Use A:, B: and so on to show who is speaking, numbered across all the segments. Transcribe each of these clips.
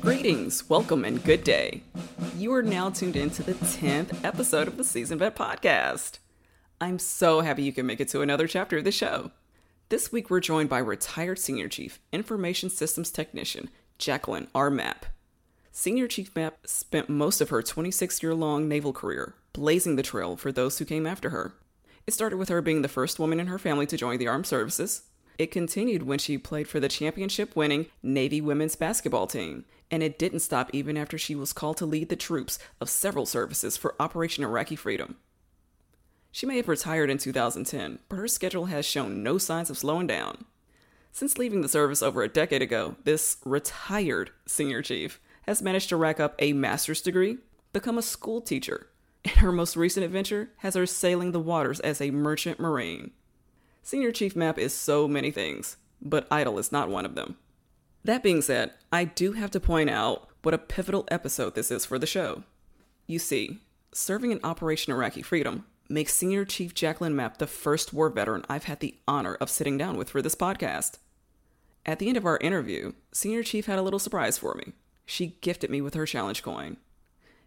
A: Greetings, welcome, and good day. You are now tuned in to the 10th episode of the Season Vet Podcast. I'm so happy you can make it to another chapter of the show. This week, we're joined by retired Senior Chief Information Systems Technician Jacqueline R. Mapp. Senior Chief Mapp spent most of her 26 year long naval career blazing the trail for those who came after her. It started with her being the first woman in her family to join the armed services. It continued when she played for the championship winning Navy women's basketball team. And it didn't stop even after she was called to lead the troops of several services for Operation Iraqi Freedom. She may have retired in 2010, but her schedule has shown no signs of slowing down. Since leaving the service over a decade ago, this retired senior chief has managed to rack up a master's degree, become a school teacher, and her most recent adventure has her sailing the waters as a merchant marine. Senior Chief Map is so many things, but Idle is not one of them. That being said, I do have to point out what a pivotal episode this is for the show. You see, serving in Operation Iraqi Freedom makes Senior Chief Jacqueline Mapp the first war veteran I've had the honor of sitting down with for this podcast. At the end of our interview, Senior Chief had a little surprise for me. She gifted me with her challenge coin.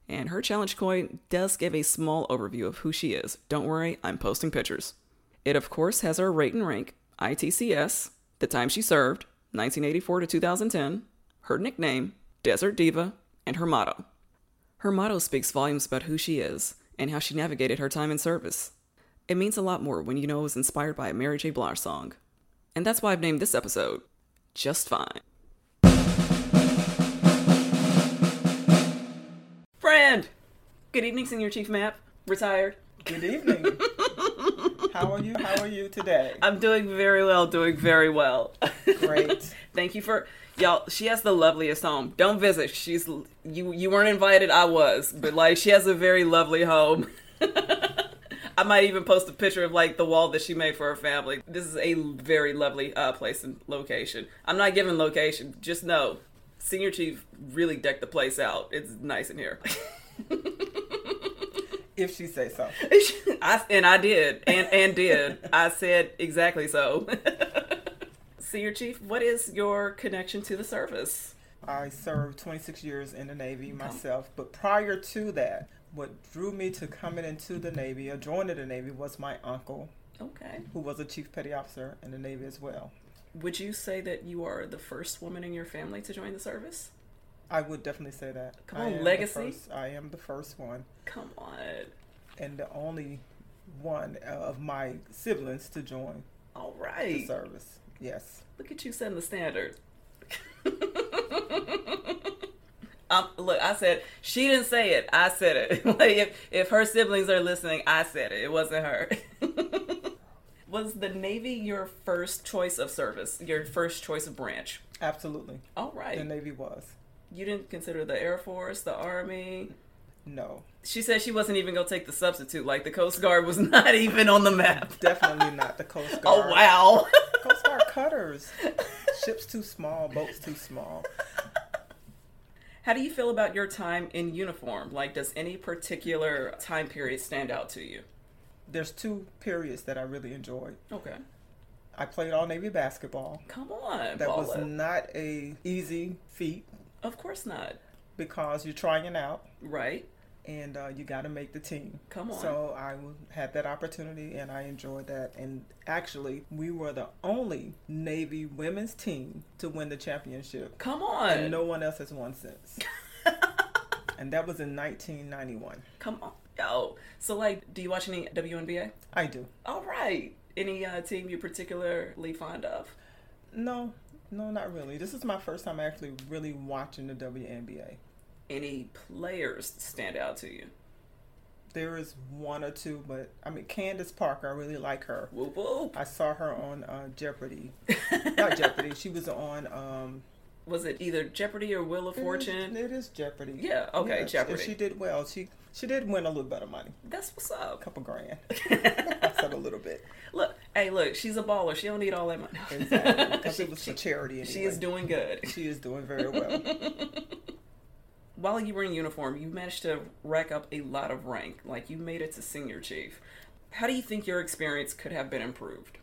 A: And her challenge coin does give a small overview of who she is. Don't worry, I'm posting pictures. It, of course, has her rate and rank, ITCS, the time she served, 1984 to 2010, her nickname, Desert Diva, and her motto. Her motto speaks volumes about who she is and how she navigated her time in service. It means a lot more when you know it was inspired by a Mary J. Blige song. And that's why I've named this episode Just Fine. Friend! Good evening, Senior Chief Map. Retired.
B: Good evening. How are you? How are you today?
A: I'm doing very well, doing very well.
B: Great.
A: Thank you for y'all. She has the loveliest home. Don't visit. She's you. You weren't invited. I was, but like she has a very lovely home. I might even post a picture of like the wall that she made for her family. This is a very lovely uh, place and location. I'm not giving location. Just know, Senior Chief really decked the place out. It's nice in here.
B: If she say so.
A: I, and I did, and and did. I said exactly so. Senior Chief, what is your connection to the service?
B: I served 26 years in the Navy myself, but prior to that, what drew me to coming into the Navy or joining the Navy was my uncle,
A: Okay.
B: who was a chief petty officer in the Navy as well.
A: Would you say that you are the first woman in your family to join the service?
B: I would definitely say that.
A: Come
B: I
A: on,
B: am the
A: legacy.
B: first- I am the first one
A: Come on.
B: and the only one uh, of my siblings to join
A: All
B: the
A: right.
B: service. Yes.
A: Look at you setting the standard. Um, look, I said she didn't say it. I said it. like if if her siblings are listening, I said it. It wasn't her. Was the Navy your first choice of service? Your first choice of branch?
B: Absolutely.
A: All
B: The
A: right.
B: Navy was.
A: You didn't consider the Air Force, the Army.
B: No.
A: She said she wasn't even gonna take the substitute. Like the Coast Guard was not even on the map.
B: Definitely not the Coast Guard.
A: Oh wow.
B: Coast Guard cutters. Ships too small, boats too small.
A: How do you feel about your time in uniform? Like, does any particular time period stand out to you?
B: There's two periods that I really enjoyed.
A: Okay.
B: I played all Navy basketball.
A: Come on,
B: That was
A: Paula.
B: not a easy feat
A: Of course not.
B: because you're trying it out
A: Right?
B: and uh, you got to make the team.
A: Come on.
B: So I w- had that opportunity and I enjoyed that. And actually, we were the only Navy women's team to win the championship.
A: Come on.
B: And no one else has won since. and that was in 1991.
A: Come on. Yo. So, like, do you watch any WNBA?
B: I do.
A: All right. Any uh, team you're particularly fond of?
B: No, no, not really. This is my first time actually really watching the WNBA.
A: Any players stand out to you?
B: There is one or two, but I mean, Candace Parker, I really like her.
A: Whoop whoop.
B: I saw her on uh, Jeopardy. Not Jeopardy. She was on. Um,
A: Was it either Jeopardy or Wheel of Fortune?
B: It is Jeopardy.
A: Mm-hmm. Yeah, okay,
B: Mm, Yes,
A: Jeopardy.
B: And she did well. She she did win a little bit of money,
A: That's what's
B: a
A: up.
B: couple grand. I said a little bit.
A: Look, hey, look, she's a baller. She don't need all that money.
B: Exactly. Because
A: She-
B: it was
A: she-
B: for charity. Anyway.
A: she is doing good.
B: She is doing very well.
A: While you were in uniform, you managed to rack up a lot of rank. Like you made it to senior chief. How do you think your experience could have been improved?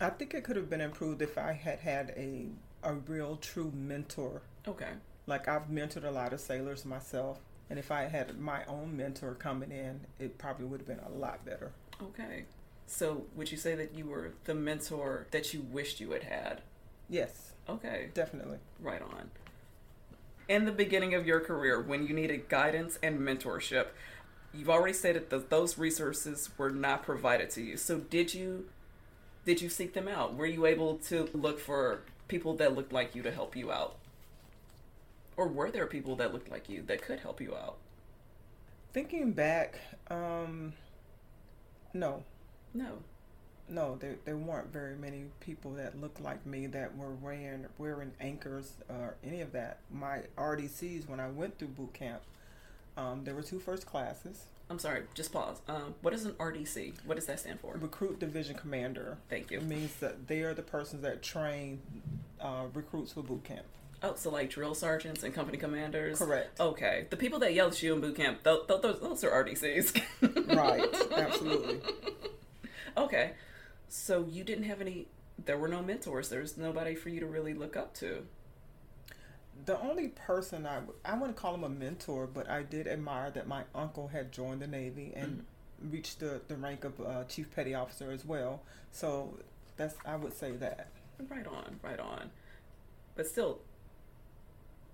B: I think it could have been improved if I had had a a real true mentor
A: Okay.
B: Like I've mentored a lot of sailors myself, and if I had my own mentor coming in, it probably would have been a lot better.
A: Okay. So would you say that you were the mentor that you wished you had had?
B: Yes,
A: Okay.
B: definitely.
A: Right on. In the beginning of your career, when you needed guidance and mentorship, you've already stated that those resources were not provided to you. So did you did you seek them out? Were you able to look for people that looked like you to help you out? Or were there people that looked like you that could help you out?
B: Thinking back, um, no,
A: No.
B: no, there, there weren't very many people that looked like me that were wearing wearing anchors or any of that. My RDCs when I went through boot camp, um, there were two first classes.
A: I'm sorry, just pause. Um, what is an RDC? What does that stand for?
B: Recruit division commander.
A: Thank you.
B: It means that they are the persons that train uh, recruits for boot camp.
A: Oh, so like drill sergeants and company commanders?
B: Correct.
A: Okay. The people that yell at you in boot camp, th- th- those, those are RDCs.
B: right. Absolutely.
A: okay. So you didn't have any, there were no mentors. There's nobody for you to really look up to.
B: The only person I I wouldn't call him a mentor, but I did admire that my uncle had joined the Navy and reached the, the rank of uh, chief petty officer as well. So that's I would say that.
A: Right on, right on. But still,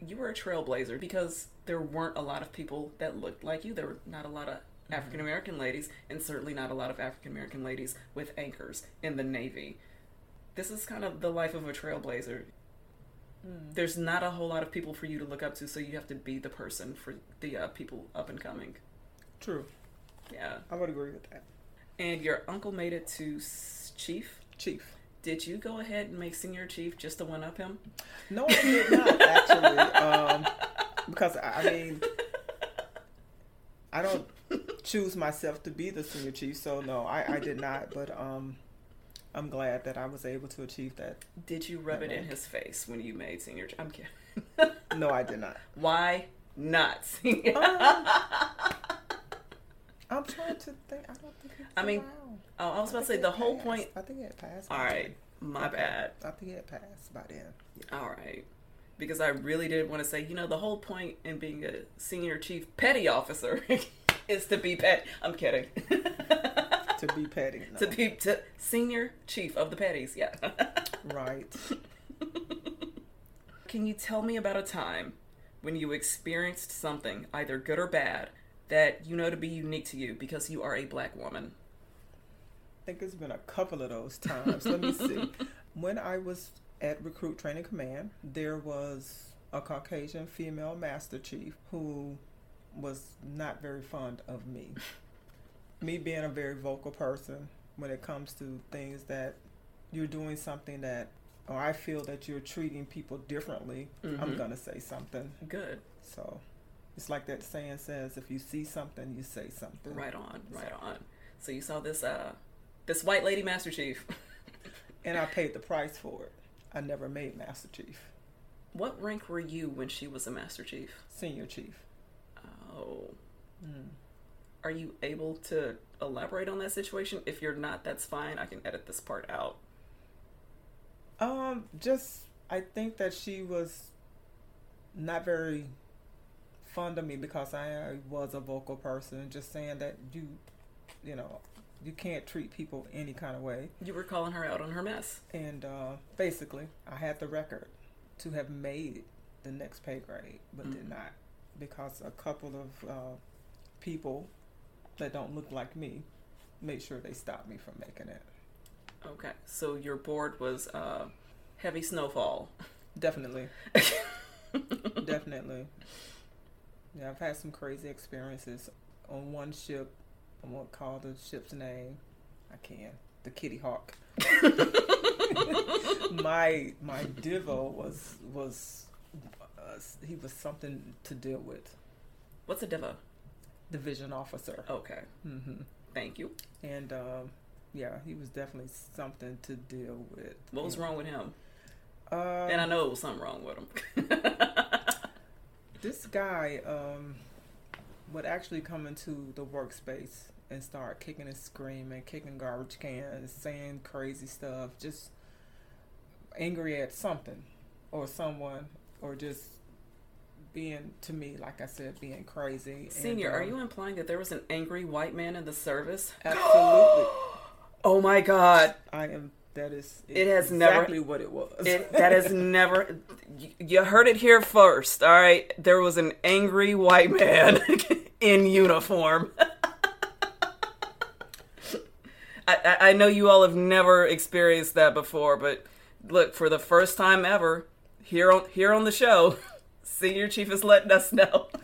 A: you were a trailblazer because there weren't a lot of people that looked like you. There were not a lot of
B: Mm-hmm.
A: African American ladies, and certainly not a lot of African American ladies with anchors in the Navy. This is kind of the life of a trailblazer. There's not a whole lot of people for you to look up to, so you have to be the person for the uh, people up and coming.
B: True.
A: Yeah.
B: I would agree with that.
A: And your uncle made it to s- chief.
B: Chief.
A: Did you go ahead and make senior chief just to one up him?
B: No, I did not actually. Um, because I, I mean, I don't choose myself to be the senior chief, so no, I, I did not. But um, I'm glad that I was able to achieve that.
A: Did you rub it in
B: Mhm.
A: his face when you made senior? I'm kidding.
B: No, I did not.
A: Why not?
B: Um, I'm trying to think. I don't think. It's
A: I mean,
B: allowed.
A: oh, I was about to say
B: think
A: the
B: it
A: whole
B: passed.
A: point.
B: I think it passed.
A: All
B: by
A: right, my bad.
B: then. I think it passed by then.
A: All right, because I really did want to say, you know, the whole point in being a senior chief petty officer is to be pet. I'm kidding.
B: To be petty. No.
A: to be to senior chief of the petties. Yeah.
B: right.
A: Can you tell me about a time when you experienced something, either good or bad, that you know to be unique to you because you are a black woman?
B: think it's been a couple of those times. Let me see. When I was at Recruit Training Command, there was a Caucasian female master chief who was not very fond of me. me being a very vocal person when it comes to things that you're doing something that, or I feel that you're treating people differently, I'm
A: Mhm.
B: going to say something.
A: Good.
B: So it's like that saying says if you see something, you say something.
A: Right on, right on. So you saw this uh this white lady master chief.
B: And I paid the price for it. I never made master chief.
A: What rank were you when she was a master chief?
B: senior chief.
A: Oh. Are you able to elaborate on that situation? If you're not, that's fine. I can edit this part out.
B: Um, just I think that she was not very fond of me because I was a vocal person. Just saying that you, you know, you can't treat people any kind of way.
A: You were calling her out on her mess.
B: And uh, basically, I had the record to have made the next pay grade, but
A: Mhm.
B: did not because a couple of uh, people that don't look like me made sure they stopped me from making it.
A: Okay. So your board was uh heavy snowfall.
B: Definitely. Definitely. Yeah, I've had some crazy experiences on one ship. I won't call the ship's name. I can. The Kitty Hawk. my my divo was was uh, he was something to deal with.
A: What's a diva?
B: Division officer.
A: Okay.
B: hmm
A: Thank you.
B: And um, yeah, he was definitely something to deal with.
A: What was wrong with him?
B: Uh,
A: And I know it was something wrong with him.
B: This guy um, would actually come into the workspace and start kicking and screaming, kicking garbage cans, saying crazy stuff, just angry at something or someone, or just being to me, like I said, being crazy.
A: Senior,
B: and, um,
A: are you implying that there was an angry white man in the service?
B: absolutely?
A: Oh my God.
B: I am. That is.
A: It has never-
B: exactly what it was.
A: It, that is never. You, you heard it here first, all right? There was an angry white man in uniform. I, I- I know you all have never experienced that before, but look, for the first time ever, here on here on the show, Senior Chief is letting us know.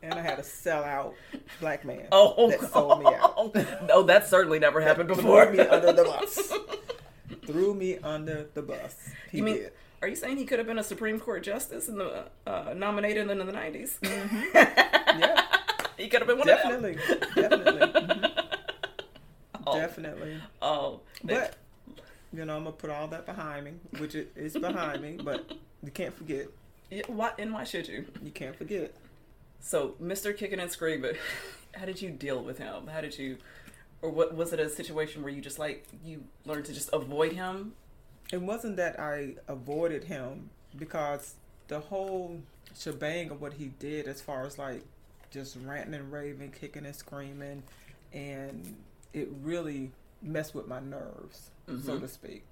B: and I had a sellout black man
A: Oh,
B: that sold me out.
A: no, that certainly never happened
B: Threw
A: before.
B: me under the bus. Threw me under the bus. He
A: You mean,
B: did.
A: are you saying he could have been a Supreme Court justice in the uh, nominated in the 90s?
B: Mm-hmm. Yeah,
A: he could have been one
B: definitely, definitely, Mhm.
A: of them. Oh,
B: definitely.
A: oh,
B: But you know, I'm gonna put all that behind me, which it is behind me. But you can't forget.
A: Yeah, why, and why should you?
B: You can't forget.
A: So, Mr. Kicking and Screaming, how did you deal with him? How did you, or what was it a situation where you just like you learned to just avoid him?
B: It wasn't that I avoided him because the whole shebang of what he did, as far as like just ranting and raving, kicking and screaming, and it really messed with my nerves, so
A: Mhm.
B: to speak,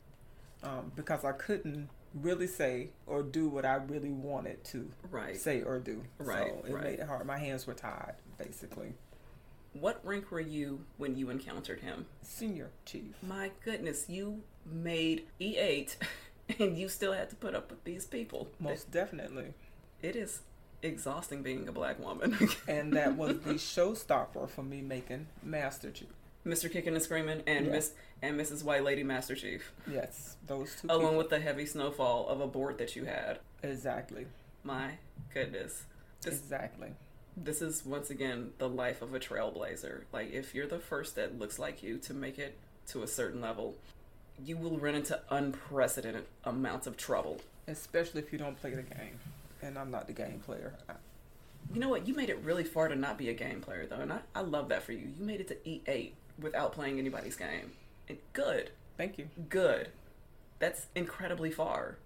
B: um, because I couldn't really say or do what I really wanted to
A: Right.
B: say or do.
A: Right,
B: So it
A: right.
B: made it hard. My hands were tied, basically.
A: What rank were you when you encountered him?
B: Senior chief.
A: My goodness, you made E8 and you still had to put up with these people.
B: Most definitely.
A: It is exhausting being a black woman.
B: And that was the showstopper for me making Master Chief.
A: Mr. Kicking and Screaming and
B: Yeah.
A: Miss and Mrs. White Lady Master Chief,
B: Yes, those two.
A: along
B: people.
A: with the heavy snowfall of a board that you had.
B: Exactly.
A: My goodness. This
B: Exactly.
A: this is once again the life of a trailblazer. Like if you're the first that looks like you to make it to a certain level, you will run into unprecedented amounts of trouble.
B: Especially if you don't play the game. And I'm not the game player. I-
A: You know what? You made it really far to not be a game player though, and I, I love that for you. You made it to E8 without playing anybody's game. And good.
B: Thank you.
A: Good. That's incredibly far.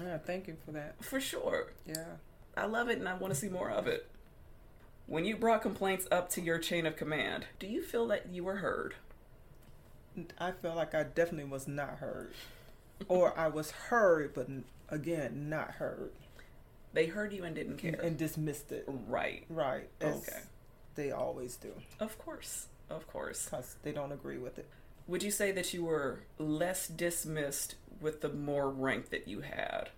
B: Yeah, thank you for that.
A: For sure.
B: Yeah.
A: I love it and I want to see more of it. When you brought complaints up to your chain of command, do you feel that you were heard?
B: And I feel like I definitely was not heard. Or I was heard, but n- again, not heard.
A: They heard you and didn't care.
B: And dismissed it.
A: right.
B: Right. as
A: Okay.
B: They always do
A: Of course. Of course.
B: because they don't agree with it.
A: Would you say that you were less dismissed with the more rank that you had?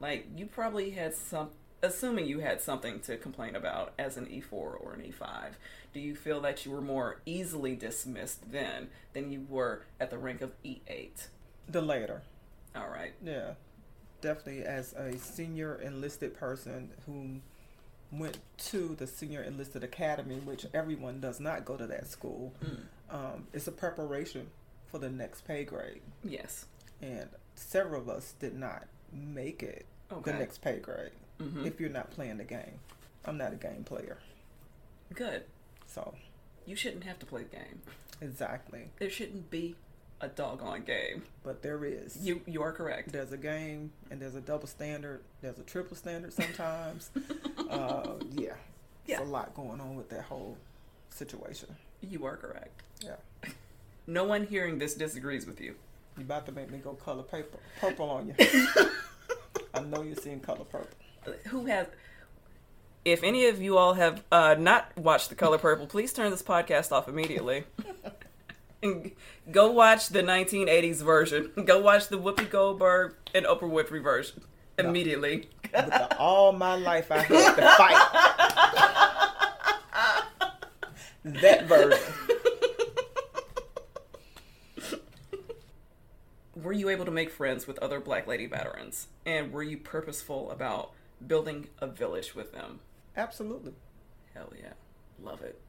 A: Like, you probably had some, assuming you had something to complain about as an E4 or an E5, do you feel that you were more easily dismissed then than you were at the rank of E8?
B: The later.
A: All right.
B: Yeah, definitely. As a senior enlisted person who went to the Senior Enlisted Academy, which everyone does not go to that school,
A: Mm.
B: um, it's a preparation for the next pay grade.
A: Yes.
B: And several of us did not make it
A: Okay.
B: the next pay grade
A: Mhm.
B: if you're not playing the game. I'm not a game player.
A: Good.
B: So,
A: You shouldn't have to play the game.
B: exactly.
A: There shouldn't be a doggone game.
B: But there is.
A: You you are correct.
B: there's a game and there's a double standard, there's a triple standard sometimes. uh, yeah.
A: Yeah.
B: There's a lot going on with that whole situation.
A: You are correct.
B: Yeah.
A: No one hearing this disagrees with you.
B: You about to make me go color paper purple on you. I know you're seeing color purple.
A: Uh, Who has? If any of you all have uh, not watched The Color Purple, please turn this podcast off immediately. and go watch the 1980s version. Go watch the Whoopi Goldberg and Oprah Winfrey version
B: No.
A: immediately.
B: With the, all my life I had to fight. that version.
A: were you able to make friends with other black lady veterans and were you purposeful about building a village with them
B: Absolutely.
A: hell yeah love it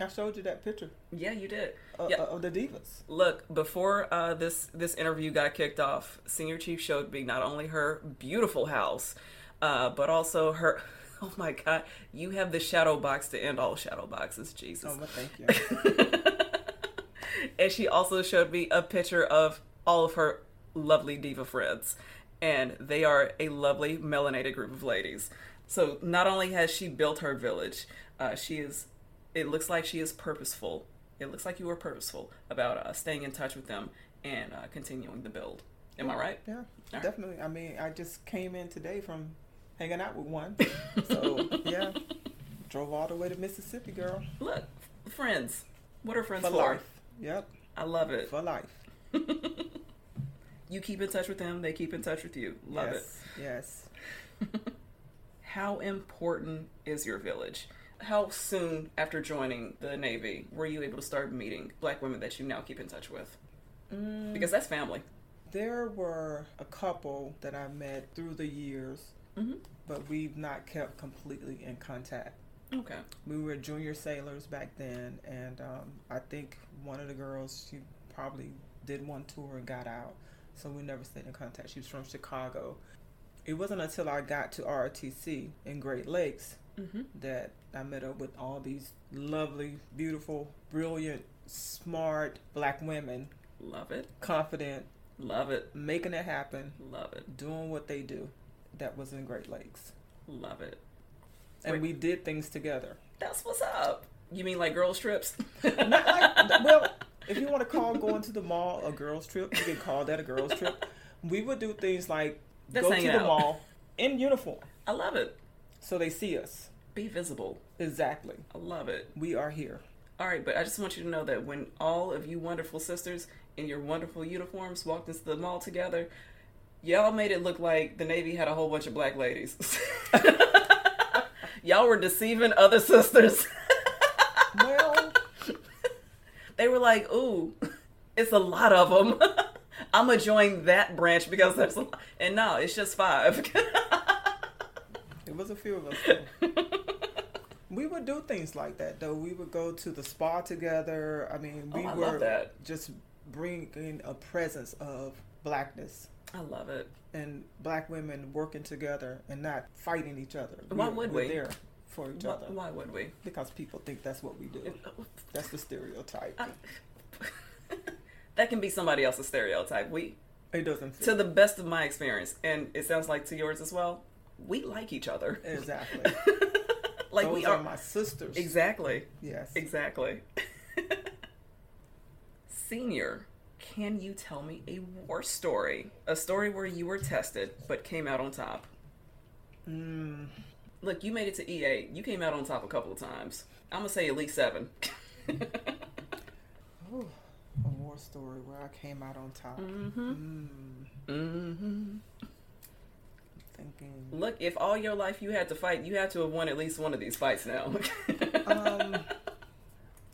B: I showed you that picture
A: yeah you did
B: of,
A: Yeah.
B: of the divas.
A: look before uh, this this interview got kicked off senior chief showed me not only her beautiful house uh, but also her oh my god you have the shadow box to end all shadow boxes jesus
B: Oh, well, thank you.
A: and she also showed me a picture of all of her lovely diva friends and they are a lovely melanated group of ladies So not only has she built her village, uh, she is. It looks like she is purposeful. It looks like you were purposeful about uh, staying in touch with them and uh, continuing the build. Am I right?
B: Yeah,
A: right.
B: definitely. I mean, I just came in today from hanging out with one. So, yeah, drove all the way to Mississippi, girl.
A: Look, f- friends. What are friends
B: For
A: for?
B: life. Yep,
A: I love it.
B: for life.
A: you keep in touch with them. They keep in touch with you. Love it.
B: yes, Yes.
A: How important is your village? How soon after joining the Navy were you able to start meeting black women that you now keep in touch with?
B: Mm.
A: Because that's family.
B: There were a couple that I met through the years,
A: Mm-hmm.
B: but we've not kept completely in contact.
A: Okay.
B: We were junior sailors back then, and um, I think one of the girls, she probably did one tour and got out, so we never stayed in contact. She was from Chicago. It wasn't until I got to ROTC in Great Lakes
A: Mm-hmm.
B: that I met up with all these lovely, beautiful, brilliant, smart black women,
A: Love it.
B: confident,
A: Love it.
B: making it happen,
A: Love it.
B: doing what they do. That was in Great Lakes.
A: Love it.
B: And
A: Wait.
B: we did things together.
A: That's what's up. You mean like girl strips?
B: Not like, well, if you want to call going to the mall a girls trip, you can call that a girls trip. We would do things like
A: That's
B: go to
A: hanging
B: the
A: out.
B: mall in uniform
A: I love it.
B: so they see us.
A: Be visible.
B: Exactly.
A: I love it.
B: We are here.
A: All right, but I just want you to know that when all of you wonderful sisters in your wonderful uniforms walked into the mall together, y'all made it look like the Navy had a whole bunch of black ladies. y'all were deceiving other sisters.
B: Well,
A: they were like, ooh, it's a lot of them. I'm going to join that branch because there's a lot. And no, it's just five.
B: it was a few of us. though. We would do things like that though. We would go to the spa together. I mean, we
A: Oh, I
B: were
A: love that.
B: just bringing a presence of blackness
A: I love it.
B: and black women working together and not fighting each other.
A: Why would
B: we're
A: we?
B: there for each
A: Why,
B: other
A: why would we?
B: because people think that's what we do. That's the stereotype.
A: that can be somebody else's stereotype. We
B: It doesn't fit.
A: to the best of my experience, and it sounds like to yours as well, we like each other.
B: exactly.
A: like
B: Those
A: we
B: are,
A: are.
B: my sisters.
A: exactly.
B: yes.
A: Exactly. Senior, can you tell me a war story? A story where you were tested but came out on top.
B: mm,
A: Look, you made it to EA. You came out on top a couple of times. I'm gonna say at least seven.
B: oh, a war story where I came out on top.
A: mm-hmm.
B: Mm,
A: Mm-hmm.
B: thinking.
A: Look, if all your life you had to fight, you had to have won at least one of these fights now.
B: Um,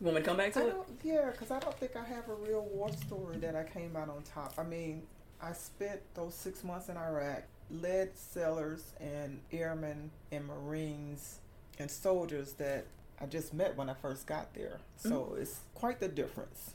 A: you want me to come back
B: I
A: to it?
B: don't. Yeah, because I don't think I have a real war story that I came out on top. I mean, I spent those six months in Iraq, led sailors and airmen and Marines and soldiers that I just met when I first got there. So it's quite the difference.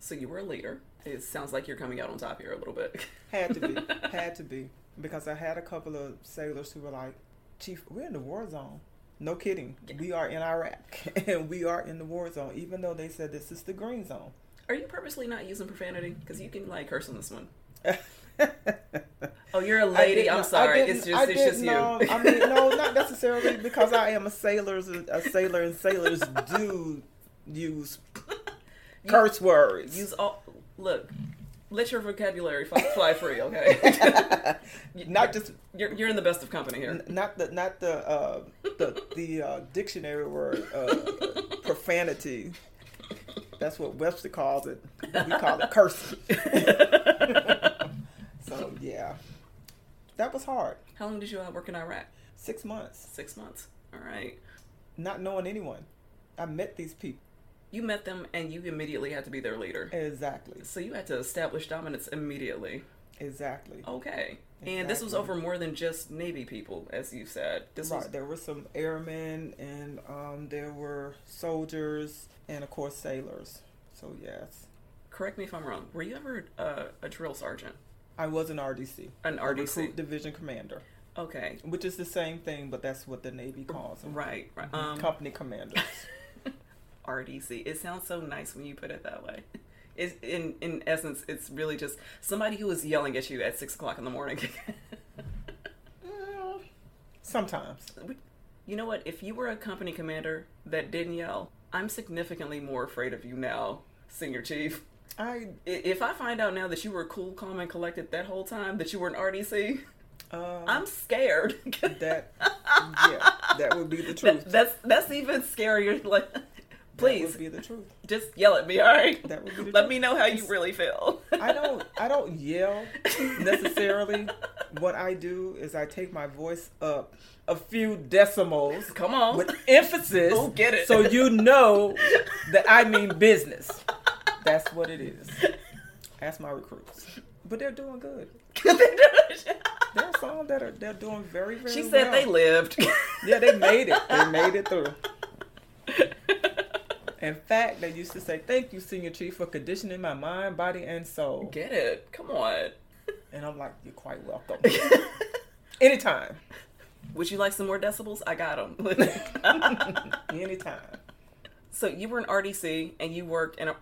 A: So you were a leader. It sounds like you're coming out on top here a little bit.
B: Had to be. had to be. Because I had a couple of sailors who were like, Chief, we're in the war zone. No kidding. We are in Iraq and we are in the war zone, even though they said this is the green zone.
A: Are you purposely not using profanity? Because you can like curse on this one. Oh, you're a
B: I
A: lady.
B: didn't-
A: I'm
B: I
A: sorry.
B: didn't-
A: It's
B: I
A: just it's just
B: didn't,
A: you.
B: um, I mean, no, not necessarily because I am a sailor's a sailor, and sailors do use
A: You-
B: curse words.
A: Use all. Look, let your vocabulary fly, fly free. Okay.
B: not just
A: You're you're in the best of company here.
B: n- not the not the uh, the the uh, dictionary word uh, profanity. That's what Webster calls it. We call it cursing. so yeah, that was hard.
A: How long did you uh, work in Iraq?
B: Six months,
A: Six months. All right.
B: not knowing anyone. I met these people
A: You met them and you immediately had to be their leader.
B: exactly,
A: So you had to establish dominance immediately.
B: exactly.
A: Okay. And this was
B: Exactly.
A: over more than just Navy people, as you said. This
B: right.
A: was
B: There were some airmen, and um, there were soldiers, and of course sailors. So yes,
A: correct me if I'm wrong. Were you ever uh, a drill sergeant,
B: I was an RDC,
A: an
B: a
A: RDC?
B: recruit division commander,
A: Okay,
B: which is the same thing, but that's what the Navy calls them.
A: right, right. Um,
B: Company commanders.
A: RDC. It sounds so nice when you put it that way. It's, in in essence, it's really just somebody who is yelling at you at six o'clock in the morning.
B: Mm, Sometimes.
A: You know what? If you were a company commander that didn't yell, I'm significantly more afraid of you now, Senior Chief.
B: I
A: I- If I find out now that you were cool, calm, and collected that whole time, that you were an RDC,
B: uh,
A: I'm scared.
B: that yeah, that would be the truth.
A: That- that's that's even scarier. Like,
B: That would
A: please,
B: be the truth.
A: just yell at me, all right?
B: That would be the
A: Let
B: truth.
A: me know how you really feel.
B: I don't I don't yell necessarily. what I do is I take my voice up a few decimals
A: Come on.
B: with emphasis
A: Oh, get it.
B: so you know that I mean business. That's what it is. Ask my recruits. But they're doing good. There are some that are they're doing very, very
A: she said
B: well.
A: they lived.
B: Yeah, they made it. They made it through. In fact, they used to say, Thank you, Senior Chief, for conditioning my mind, body, and soul.
A: Get it. Come on.
B: And I'm like, You're quite welcome. Anytime.
A: Would you like some more decibels? I got them.
B: Anytime.
A: so you were an RDC and you worked in a.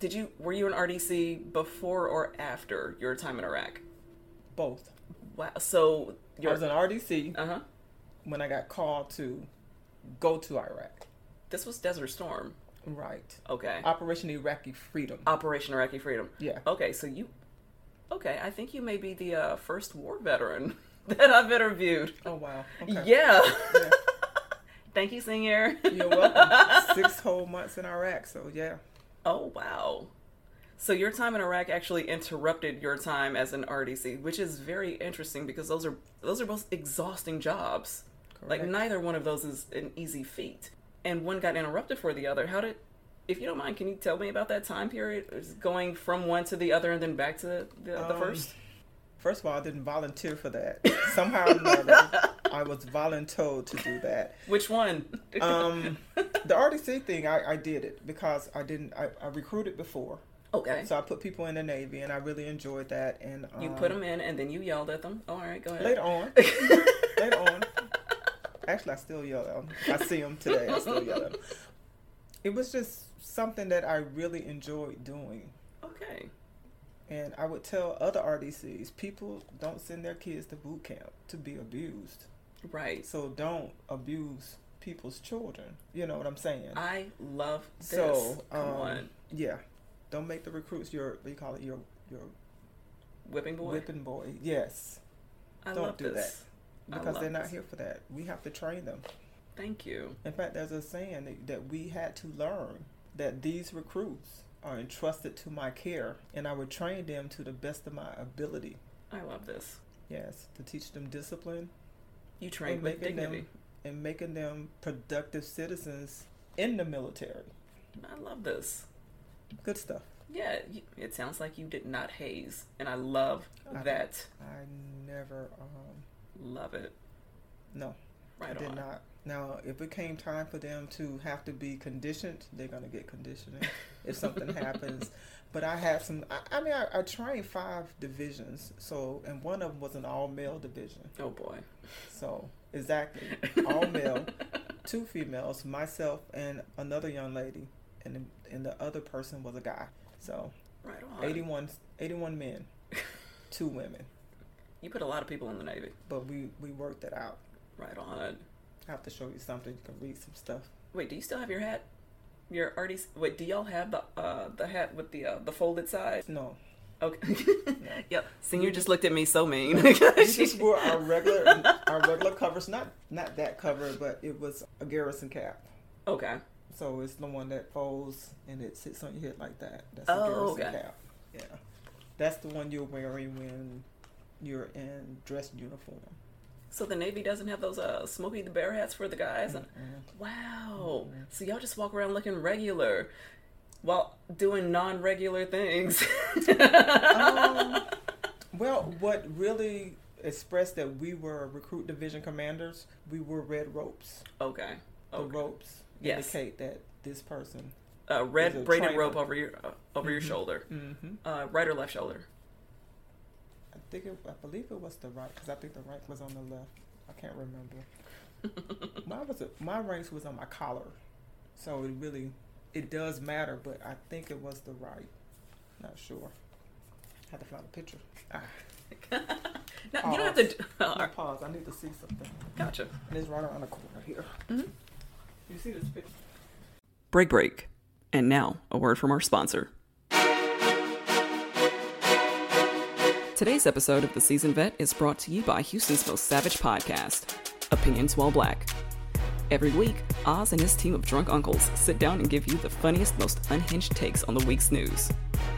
A: Did you were you an RDC before or after your time in Iraq?
B: Both.
A: Wow. So
B: I was
A: you're
B: an RDC
A: uh huh.
B: when I got called to go to Iraq.
A: This was Desert Storm.
B: Right.
A: Okay.
B: Operation Iraqi Freedom.
A: Operation Iraqi Freedom.
B: Yeah.
A: Okay, so you. Okay, I think you may be the uh, first war veteran that I've interviewed.
B: Oh, wow. Okay.
A: Yeah.
B: Yeah.
A: Thank you, senior.
B: You're welcome. Six whole months in Iraq, so yeah.
A: Oh wow. So your time in Iraq actually interrupted your time as an RDC, which is very interesting because those are those are both exhausting jobs. Like
B: Correct.
A: neither one of those is an easy feat. And one got interrupted for the other. How did if you don't mind, can you tell me about that time period? Is going from one to the other and then back to the, the, the
B: Um,
A: first?
B: First of all, I didn't volunteer for that. Somehow or another, I was voluntold to do that.
A: Which one?
B: Um, the RDC thing, I, I did it because I didn't, I, I recruited before.
A: okay.
B: So I put people in the Navy and I really enjoyed that. And um,
A: you put them in and then you yelled at them. All right, go ahead.
B: later on. later on. Actually, I still yell at them. I see them today. I still yell at them. It was just something that I really enjoyed doing.
A: Okay.
B: And I would tell other RDCs, people don't send their kids to boot camp to be abused.
A: Right.
B: So don't abuse people's children. You know what I'm saying?
A: I love this.
B: So,
A: Come
B: um,
A: on.
B: yeah. Don't make the recruits your what you call it your your
A: Whipping boy.
B: whipping boy. Yes.
A: I
B: Don't
A: love
B: do
A: this. I
B: Because
A: love
B: they're not
A: this.
B: here for that. We have to train them.
A: Thank you.
B: In fact, there's a saying that, that we had to learn that these recruits are entrusted to my care and I would train them to the best of my ability.
A: I love this.
B: Yes, to teach them discipline
A: You trained
B: And
A: with
B: making
A: dignity.
B: and making them productive citizens in the military.
A: I love this.
B: Good stuff.
A: Yeah, you, it sounds like you did not haze, and I love
B: I
A: that.
B: I never um
A: Love it.
B: No, I
A: Right
B: did
A: on.
B: not. Now, if it came time for them to have to be conditioned, they're gonna get conditioning if something happens. But I had some. I, I mean, I, I trained five divisions, so and one of them was an all male division.
A: Oh boy.
B: So exactly, all male, two females, myself and another young lady, and and the other person was a guy. So
A: Right on.
B: 81, 81 men, two women.
A: You put a lot of people in the Navy.
B: But we we worked that out.
A: Right on.
B: I have to show you something. You can read some stuff.
A: Wait, do you still have your hat? Your already. Wait, do y'all have the uh the hat with the uh the folded side?
B: No,
A: Okay.
B: No.
A: yep. Senior just looked at me so mean.
B: We just wore our regular our regular covers, not not that cover, but it was a garrison cap.
A: okay.
B: So it's the one that folds and it sits on your head like that. That's a
A: Oh,
B: garrison
A: okay.
B: cap. Yeah. That's the one you're wearing when you're in dress uniform.
A: So the Navy doesn't have those uh Smokey the Bear hats for the guys. and-
B: Mhm.
A: Wow. So y'all just walk around looking regular while doing non regular things.
B: Um, well, what really expressed that we were recruit division commanders, we were red ropes.
A: okay.
B: The
A: okay.
B: ropes
A: Yes.
B: indicate that this person.
A: Uh,
B: is
A: red
B: a
A: braided
B: triangle.
A: rope over your uh, over your shoulder.
B: Mm-hmm.
A: Uh, right or left shoulder.
B: I think it, I believe it was the right because I think the rank was on the left. I can't remember. mine was my ranks was on my collar, so it really it does matter. But I think it was the right. Not sure. Had to find a picture. Ah,
A: No, you don't have to. d- all
B: Now
A: right,
B: pause. I need to see something.
A: gotcha.
B: And it's right around the corner here. You see this picture?
A: Break, break. And now, a word from our sponsor. Today's episode of The Seasoned Vet is brought to you by Houston's most savage podcast, Opinions While Black. Every week, Oz and his team of drunk uncles sit down and give you the funniest, most unhinged takes on the week's news.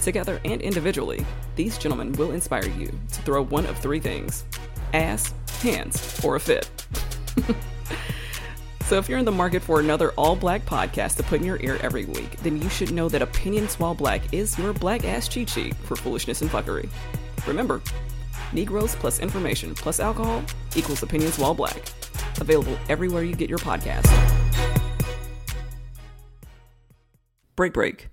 A: Together and individually, these gentlemen will inspire you to throw one of three things ass, hands, or a fit. So if you're in the market for another all black podcast to put in your ear every week, then you should know that Opinions While Black is your black ass cheat sheet for foolishness and fuckery. Remember, Negroes plus information plus alcohol equals Opinions While Black. Available everywhere you get your podcast. Break, break.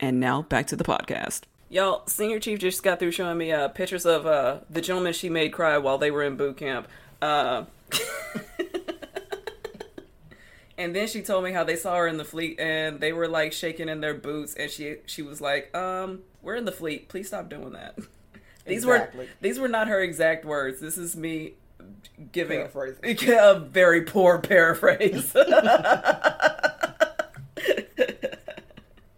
A: And now back to the podcast. Y'all, Senior Chief just got through showing me uh, pictures of uh, the gentleman she made cry while they were in boot camp. Uh, and then she told me how they saw her in the fleet and they were like shaking in their boots and she she was like, "Um, we're in the fleet. Please stop doing that." these
B: Exactly.
A: were these were not her exact words. This is me giving
B: Paraphrasing.
A: Yeah, a very poor paraphrase.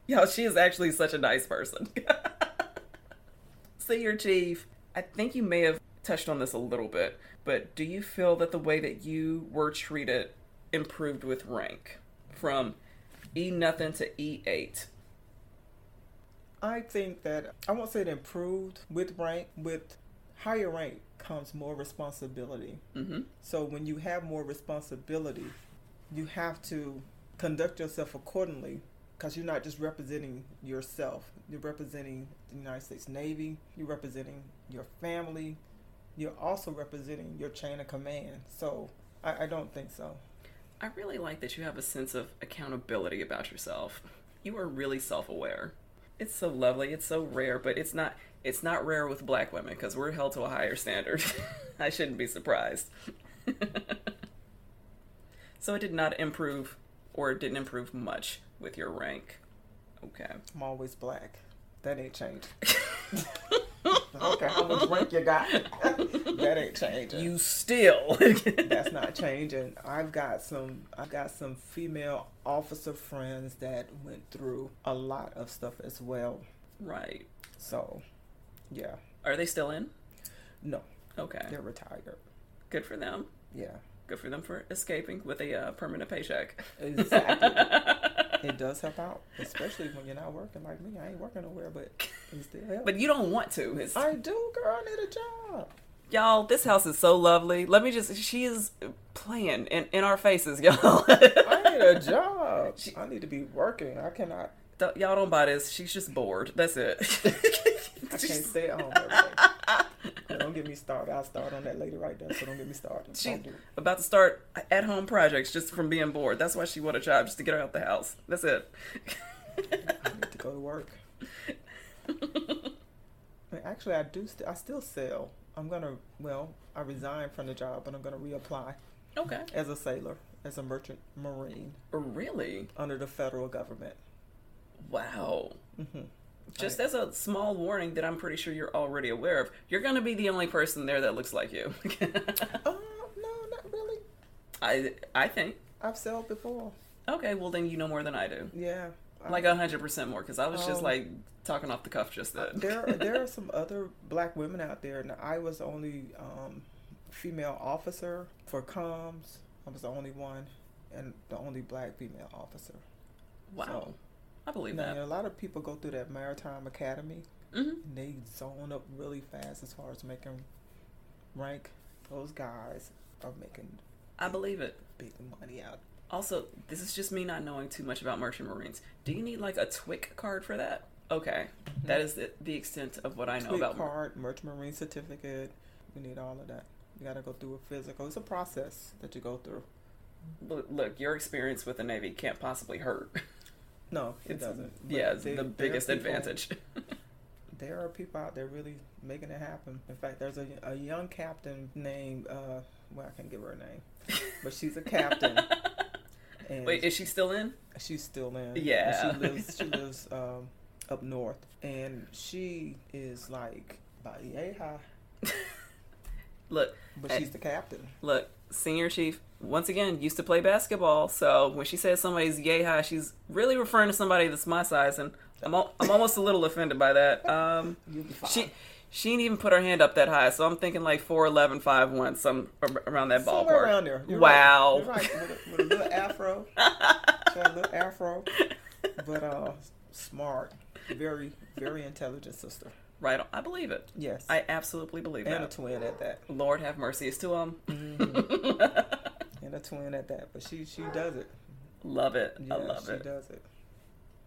A: Yo, she is actually such a nice person. Senior Chief, I think you may have touched on this a little bit, but do you feel that the way that you were treated improved with rank from E nothing to E8?
B: I think that I won't say it improved with rank. With higher rank comes more responsibility.
A: Mm-hmm.
B: So when you have more responsibility, you have to conduct yourself accordingly because you're not just representing yourself. You're representing the United States Navy. You're representing your family. You're also representing your chain of command. So I, I don't think so.
A: I really like that you have a sense of accountability about yourself. You are really self-aware. It's so lovely. It's so rare, but it's not it's not rare with black women cuz we're held to a higher standard. I shouldn't be surprised. so it did not improve or it didn't improve much with your rank. Okay.
B: I'm always black. That ain't changed. okay, how much rank you got? that ain't changing.
A: You still
B: that's not changing. I've got some I've got some female officer friends that went through a lot of stuff as well.
A: Right.
B: So, yeah.
A: Are they still in?
B: No,
A: Okay.
B: they're retired.
A: Good for them.
B: Yeah.
A: Good for them for escaping with a uh, permanent paycheck.
B: Exactly. it does help out, especially when you're not working like me. I ain't working nowhere, but it still helps.
A: But you don't want to. It's-
B: I do, girl. I need a job.
A: Y'all, this house is so lovely. Let me just, she is playing in, in our faces, y'all.
B: I need a job. I need to be working. I cannot.
A: Don't- y'all don't buy this. She's just bored. That's it.
B: I can't
A: she's,
B: stay at home. Every day. Girl, don't get me started. I'll start on that later right there. So don't get me started.
A: she's
B: Don't do it.
A: about to start at home projects just from being bored. That's why she want a job, just to get her out the house. That's it.
B: I need to go to work. And actually, I do. St- I still sell. I'm gonna. Well, I resigned from the job, but I'm gonna reapply
A: okay.
B: as a sailor, as a merchant marine
A: Really?
B: under the federal government.
A: Wow.
B: Mhm.
A: Just as a small warning that I'm pretty sure you're already aware of, you're going to be the only person there that looks like you.
B: Uh, no, not really.
A: I I think.
B: I've sold before.
A: Okay, well then you know more than I do.
B: Yeah. I-
A: Like a hundred percent more, because I was just
B: Oh. Uh,
A: like talking off the cuff just then.
B: there there are some other black women out there, and I was the only um, female officer for comms. I was the only one, and the only black female officer.
A: wow,
B: so-
A: I believe
B: Now,
A: that.
B: a lot of people go through that maritime academy,
A: hmm
B: and they zone up really fast as far as making rank. Those guys are making
A: I believe it.
B: big money out.
A: Also, this is just me not knowing too much about merchant marines. Do you need like a TWIC card for that? Okay, That is the, the extent of what I know
B: Tweet
A: about. mer-
B: Hmm. card, merchant marine certificate. You need all of that. You got to go through a physical. It's a process that you go through.
A: Look, look, your experience with the Navy can't possibly hurt.
B: No, it
A: It's-
B: doesn't. But
A: yeah, it's
B: there-
A: the
B: there are
A: biggest
B: people-
A: advantage.
B: There are people out there really making it happen. In fact, there's a, a young captain named, uh, well, I can't give her a name, but she's a captain. and
A: Wait, is she still in?
B: she's still in.
A: Yeah.
B: And she lives, she lives um, up north. And she is like, Valleja.
A: Look,
B: But she's the captain.
A: look, senior chief once again used to play basketball. So when she says somebody's yay high, she's really referring to somebody that's my size, and I'm al- I'm almost a little offended by that. Um,
B: You'll be fine.
A: she she didn't even put her hand up that high, so I'm thinking like 4'11", 5'1", some ar- around that ballpark.
B: Somewhere around there. You're
A: wow.
B: Right. You're right. With, a, with a little afro. She had a little afro. But uh, smart. Very, very intelligent sister.
A: Right on. I believe it.
B: Yes.
A: I absolutely believe
B: and Mm-hmm. a
A: that.
B: twin at that.
A: Lord have mercy. It's to um.
B: And a twin at that. But she she does it.
A: love it.
B: Yeah,
A: I love
B: she
A: it.
B: does it.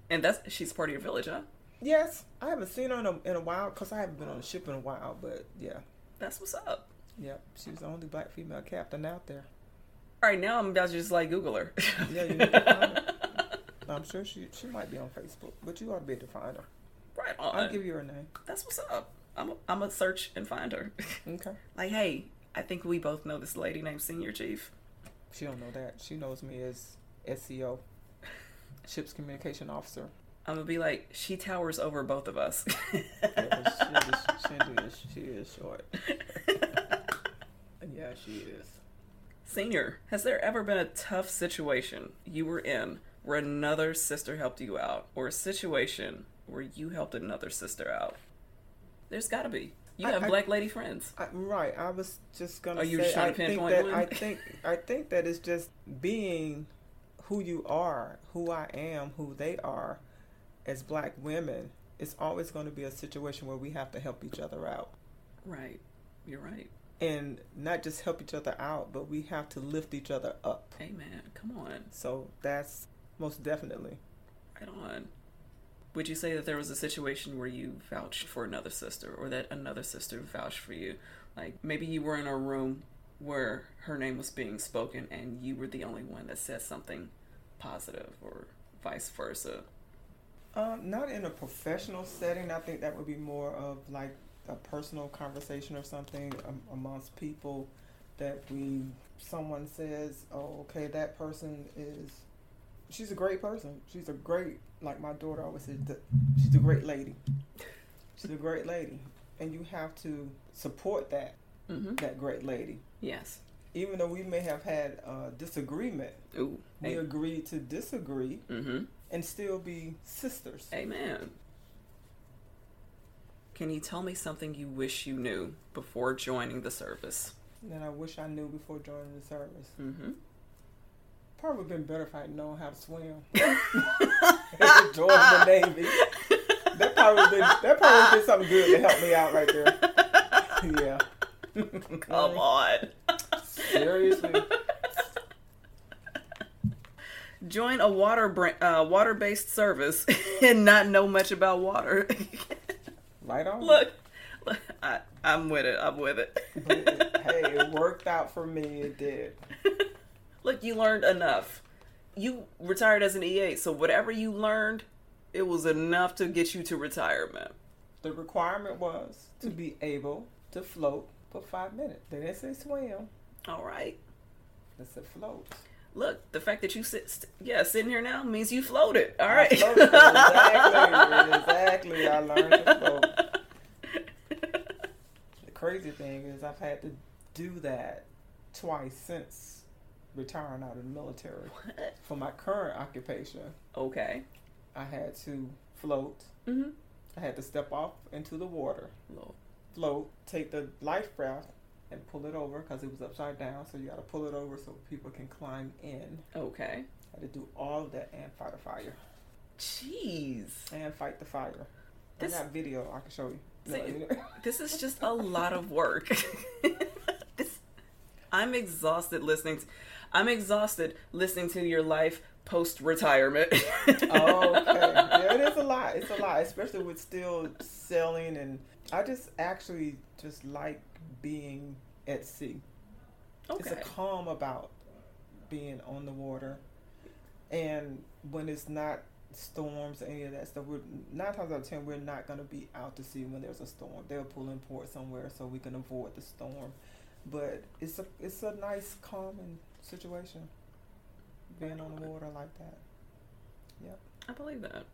A: And that's she's part of your village, huh?
B: Yes. I haven't seen her in a, in a while because I haven't been on a ship in a while. But yeah.
A: That's what's up.
B: Yep. She was the only black female captain out there.
A: All right, now I'm about to just like Google her.
B: Yeah, you need to find her. I'm sure she, she might be on Facebook. But you ought to be able to find her.
A: right on.
B: I'll give you her name.
A: That's what's up. I'm a, I'm gonna search and find her.
B: Okay.
A: like, hey, I think we both know this lady named Senior Chief.
B: She don't know that. She knows me as SEO, Ship's Communication Officer.
A: I'm gonna be like, she towers over both of us.
B: Yeah, she, is, she, is, she is short. Yeah, she is.
A: Senior, has there ever been a tough situation you were in where another sister helped you out, or a situation where you helped another sister out? There's gotta be. You
B: I-
A: have
B: I-
A: black lady friends.
B: I, right. I was just gonna.
A: Are you
B: say,
A: just trying
B: I
A: to
B: think
A: pinpoint
B: that
A: one?
B: I think I think that it's just being who you are, who I am, who they are, as black women. It's always going to be a situation where we have to help each other out.
A: Right. You're right.
B: And not just help each other out, but we have to lift each other up.
A: Amen. Come on.
B: So that's most definitely
A: Right on. Would you say that there was a situation where you vouched for another sister or that another sister vouched for you? Like maybe you were in a room where her name was being spoken and you were the only one that said something positive or vice versa.
B: Um, not in a professional setting. I think that would be more of like a personal conversation or something um, amongst people that we. Someone says, "Oh, okay, that person is. She's a great person. She's a great like my daughter always says. That she's a great lady. She's a great lady, and you have to support that
A: Mm-hmm.
B: that great lady.
A: Yes.
B: Even though we may have had uh, disagreement,
A: Ooh.
B: we agreed to disagree
A: mm-hmm.
B: and still be sisters.
A: Amen. Can you tell me something you wish you knew before joining the service?
B: that I wish I knew before joining the service.
A: Mm-hmm.
B: Probably been better if I'd known how to swim. Join the Navy. That probably been, that probably been something good to help me out right there. Yeah.
A: Come on.
B: Seriously.
A: join a water bra- uh, water based service and not know much about water.
B: Right on.
A: look, look I, I'm with it. I'm with
B: But it- hey,
A: it.
B: it worked out for me. It did.
A: look, you learned enough. You retired as an EA, so whatever you learned, it was enough to get you to retirement.
B: The requirement was to be able to float for five minutes. They didn't say swim.
A: All right.
B: They said float.
A: Look, the fact that you sit, st- yeah, sitting here now means you floated. All right.
B: I floated. Exactly. Exactly. I learned to float. The crazy thing is, I've had to do that twice since retiring out of the military.
A: What?
B: For my current occupation,
A: Okay.
B: I had to float.
A: Mm-hmm.
B: I had to step off into the water,
A: Lord.
B: float, take the life raft, and pull it over because it was upside down. So you got to pull it over so people can climb in.
A: Okay.
B: I had to do all of that and fight a fire
A: Jeez.
B: and fight the fire.
A: This-
B: I got video I can show you. No,
A: See-
B: you know-
A: This is just a lot of work. this, I'm exhausted listening. To, I'm exhausted listening to your life post retirement.
B: Oh, okay. Yeah, it is a lot. It's a lot, especially with still selling. And I just actually just like being at sea. It's a
A: Okay.
B: calm about being on the water. And when it's not storms or any of that stuff, we're nine times out of ten, we're not going to be out to sea when there's a storm. They'll pull in port somewhere so we can avoid the storm. But it's a it's a nice calming situation being on the water like that.
A: I believe that.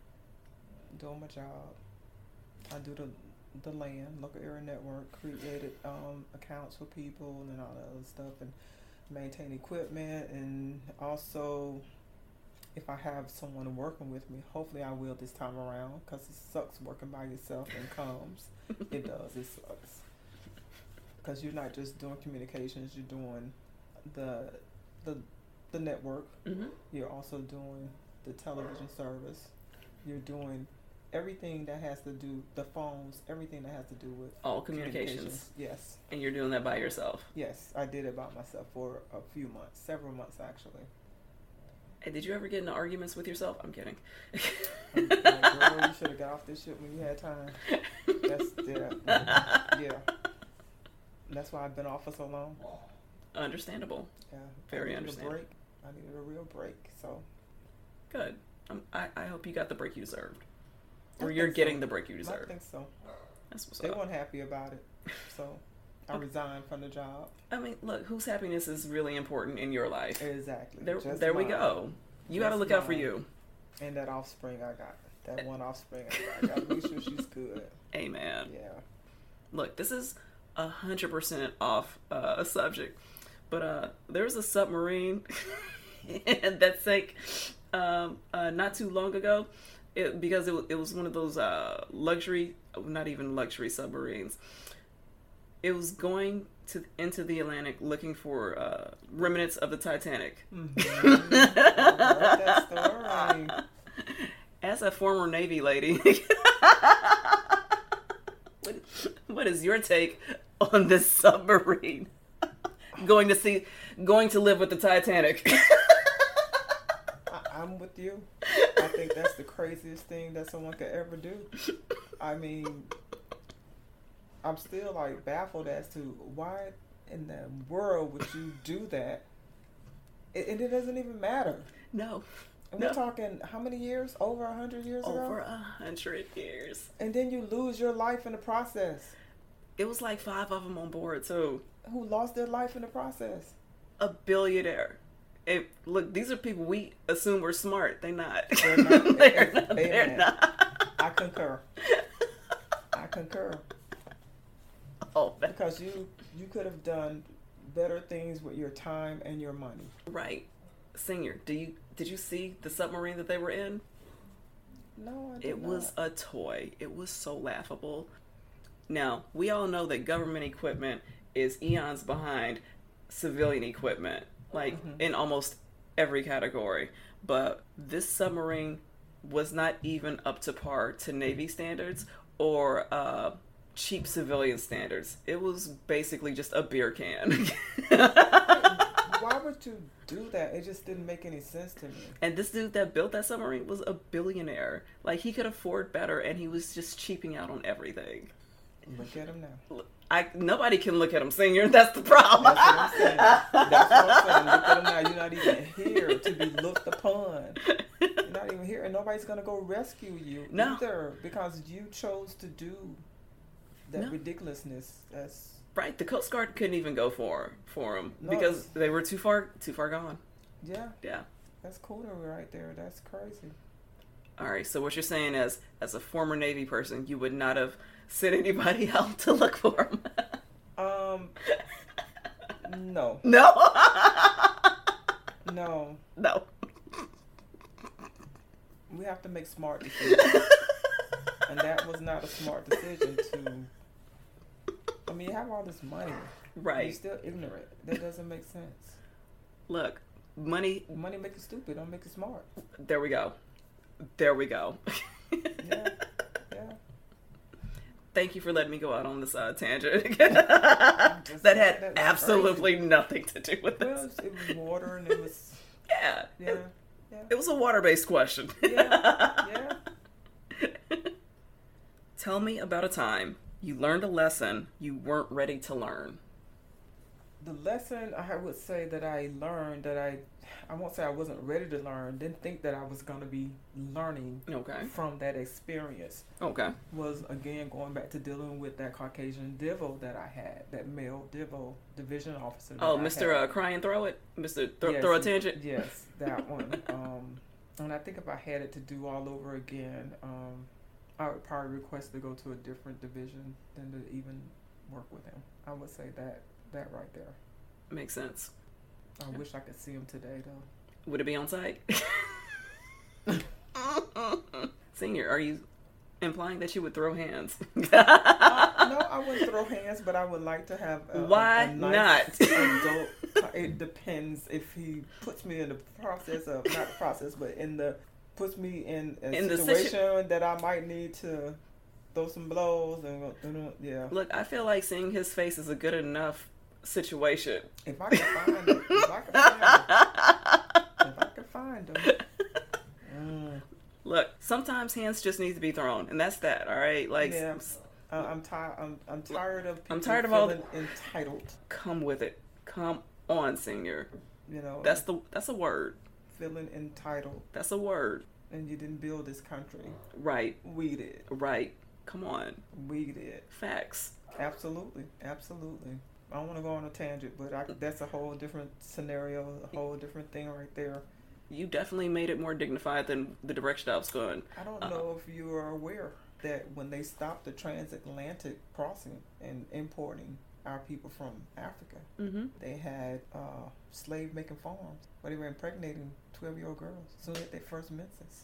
B: doing my job. I do the the land, local area network, created um, accounts for people and all that other stuff, and maintain equipment, and also if I have someone working with me, hopefully I will this time around because it sucks working by yourself and comes. it does. It sucks because you're not just doing communications; you're doing the the the network.
A: Mm-hmm.
B: You're also doing the television service. You're doing everything that has to do the phones, everything that has to do with
A: All communications.
B: Yes,
A: And you're doing that by yourself.
B: yes, I did it by myself for a few months, several months actually.
A: And did you ever get into arguments with yourself? I'm kidding.
B: I'm like, girl, you should have got off this shit when you had time. That's yeah, yeah. That's why I've been off for so long.
A: Understandable.
B: Yeah,
A: Very
B: I needed a
A: understandable.
B: break. I needed a real break. So
A: Good. Um, I, I hope you got the break you deserved.
B: I
A: Or you're
B: think so.
A: getting the break you
B: I
A: deserve.
B: think so.
A: That's what's
B: They
A: up.
B: weren't happy about it, so I
A: Okay.
B: resigned from the job.
A: I mean, look, whose happiness is really important in your life?
B: Exactly.
A: There,
B: Just
A: there we
B: mine.
A: go. You got to
B: Just
A: look out for
B: mine.
A: you.
B: And that offspring I got, that one offspring I got, I got make sure she's good.
A: Amen.
B: Yeah.
A: Look, this is a hundred percent off uh, subject, but uh, there was a submarine that sank um, uh, not too long ago. It, because it, wa- it was one of those uh, luxury, not even luxury submarines. It was going to into the Atlantic looking for uh, remnants of the Titanic.
B: Mm-hmm. I love that story.
A: As a former Navy lady, what, what is your take on this submarine going to see, going to live with the Titanic?
B: I, I'm with you. I think that's the craziest thing that someone could ever do. I mean, I'm still like baffled as to why in the world would you do that? It, and it doesn't even matter.
A: no,
B: And
A: No.
B: we're talking how many years? Over a hundred years
A: over
B: ago.
A: a hundred years.
B: And then you lose your life in the process.
A: It was like five of them on board, so
B: Who lost their life in the process?
A: a billionaire. It, look, these are people we assume are smart. They're not.
B: They're not.
A: They're not. They're
B: Amen.
A: not.
B: I concur. I concur.
A: Oh, man.
B: because you you could have done better things with your time and your money.
A: Right. Senior, do you did you see the submarine that they were in?
B: No, I did
A: It was a toy. It was so laughable. Now, we all know that government equipment is eons behind civilian equipment, like
B: Mhm.
A: in almost every category. But this submarine was not even up to par to Navy standards or uh, cheap civilian standards. It was basically just a beer can.
B: not. Why would you do that? It just didn't make any sense to me.
A: And this dude that built that submarine was a billionaire. Like he could afford better, and he was just cheaping out on everything.
B: Look at him now.
A: I nobody can look at him senior. That's the problem.
B: That's what I'm saying. That's what I'm saying. Look at him now. You're not even here to be looked upon. You're not even here, and nobody's gonna go rescue you
A: No.
B: either because you chose to do that
A: No.
B: ridiculousness. That's
A: right. The Coast Guard couldn't even go for for him
B: No.
A: because they were too far too far gone.
B: yeah,
A: Yeah.
B: that's coolery right there. That's crazy.
A: All right. So what you're saying is, as a former Navy person, you would not have sent anybody out to look for him.
B: Um, no,
A: no.
B: no.
A: no.
B: We have to make smart decisions. and that was not a smart decision to I mean you have all this money. and You're
A: Right.
B: still ignorant. That doesn't make sense.
A: Look, money
B: Money make you stupid, don't make you smart.
A: There we go. There we go.
B: Yeah. Yeah.
A: Thank you for letting me go out on this uh, tangent
B: just
A: that had
B: saying, that's
A: absolutely nothing to do with
B: Well it
A: this.
B: was, it was water and it was
A: Yeah.
B: yeah.
A: It, it was a water-based question.
B: Yeah. Yeah.
A: Tell me about a time you learned a lesson you weren't ready to learn.
B: The lesson I would say that I learned that I I won't say I wasn't ready to learn, didn't think that I was gonna be learning
A: Okay.
B: from that experience
A: Okay.
B: was again going back to dealing with that Caucasian devil that I had, that male devil division officer. that
A: Oh,
B: I
A: Mr.
B: had.
A: Uh, cry and throw it. Mr. Thro-
B: Yes,
A: throw a tangent.
B: Yes, that one. um, and I think if I had it to do all over again, um, I would probably request to go to a different division than to even work with him. I would say that that right there.
A: Makes sense.
B: I wish I could see him today though.
A: Would it be on site? Senior, are you implying that you would throw hands?
B: Uh, no, I wouldn't throw hands, but I would like to have. A,
A: Uh, Why
B: a nice
A: not?
B: adult. It depends if he puts me in the process of not the process, but in the puts me in a
A: In the
B: situation
A: situ-
B: that I might need to throw some blows and go, "Dun, dun," yeah.
A: Look, I feel like seeing his face is a good enough situation.
B: If I can find it, if I can find it, if I can find him. Mm.
A: Look, sometimes hands just need to be thrown, and that's that. All right, like
B: Yeah.
A: s-
B: I- I'm tired. I'm, I'm tired of. People
A: I'm tired of all the-
B: feeling entitled.
A: come with it. Come on, senior.
B: You know,
A: That's the that's a word.
B: feeling entitled,
A: That's a word.
B: and you didn't build this country.
A: Right,
B: We did.
A: right. Come on,
B: We did.
A: facts.
B: Absolutely, absolutely. I don't want to go on a tangent, but I, that's a whole different scenario, a whole different thing right there.
A: You definitely made it more dignified than the direction I was going.
B: I don't know if you are aware that when they stopped the transatlantic crossing and importing our people from Africa,
A: Mm-hmm.
B: they had uh, slave-making farms where they were impregnating twelve-year-old girls soon as their first menses.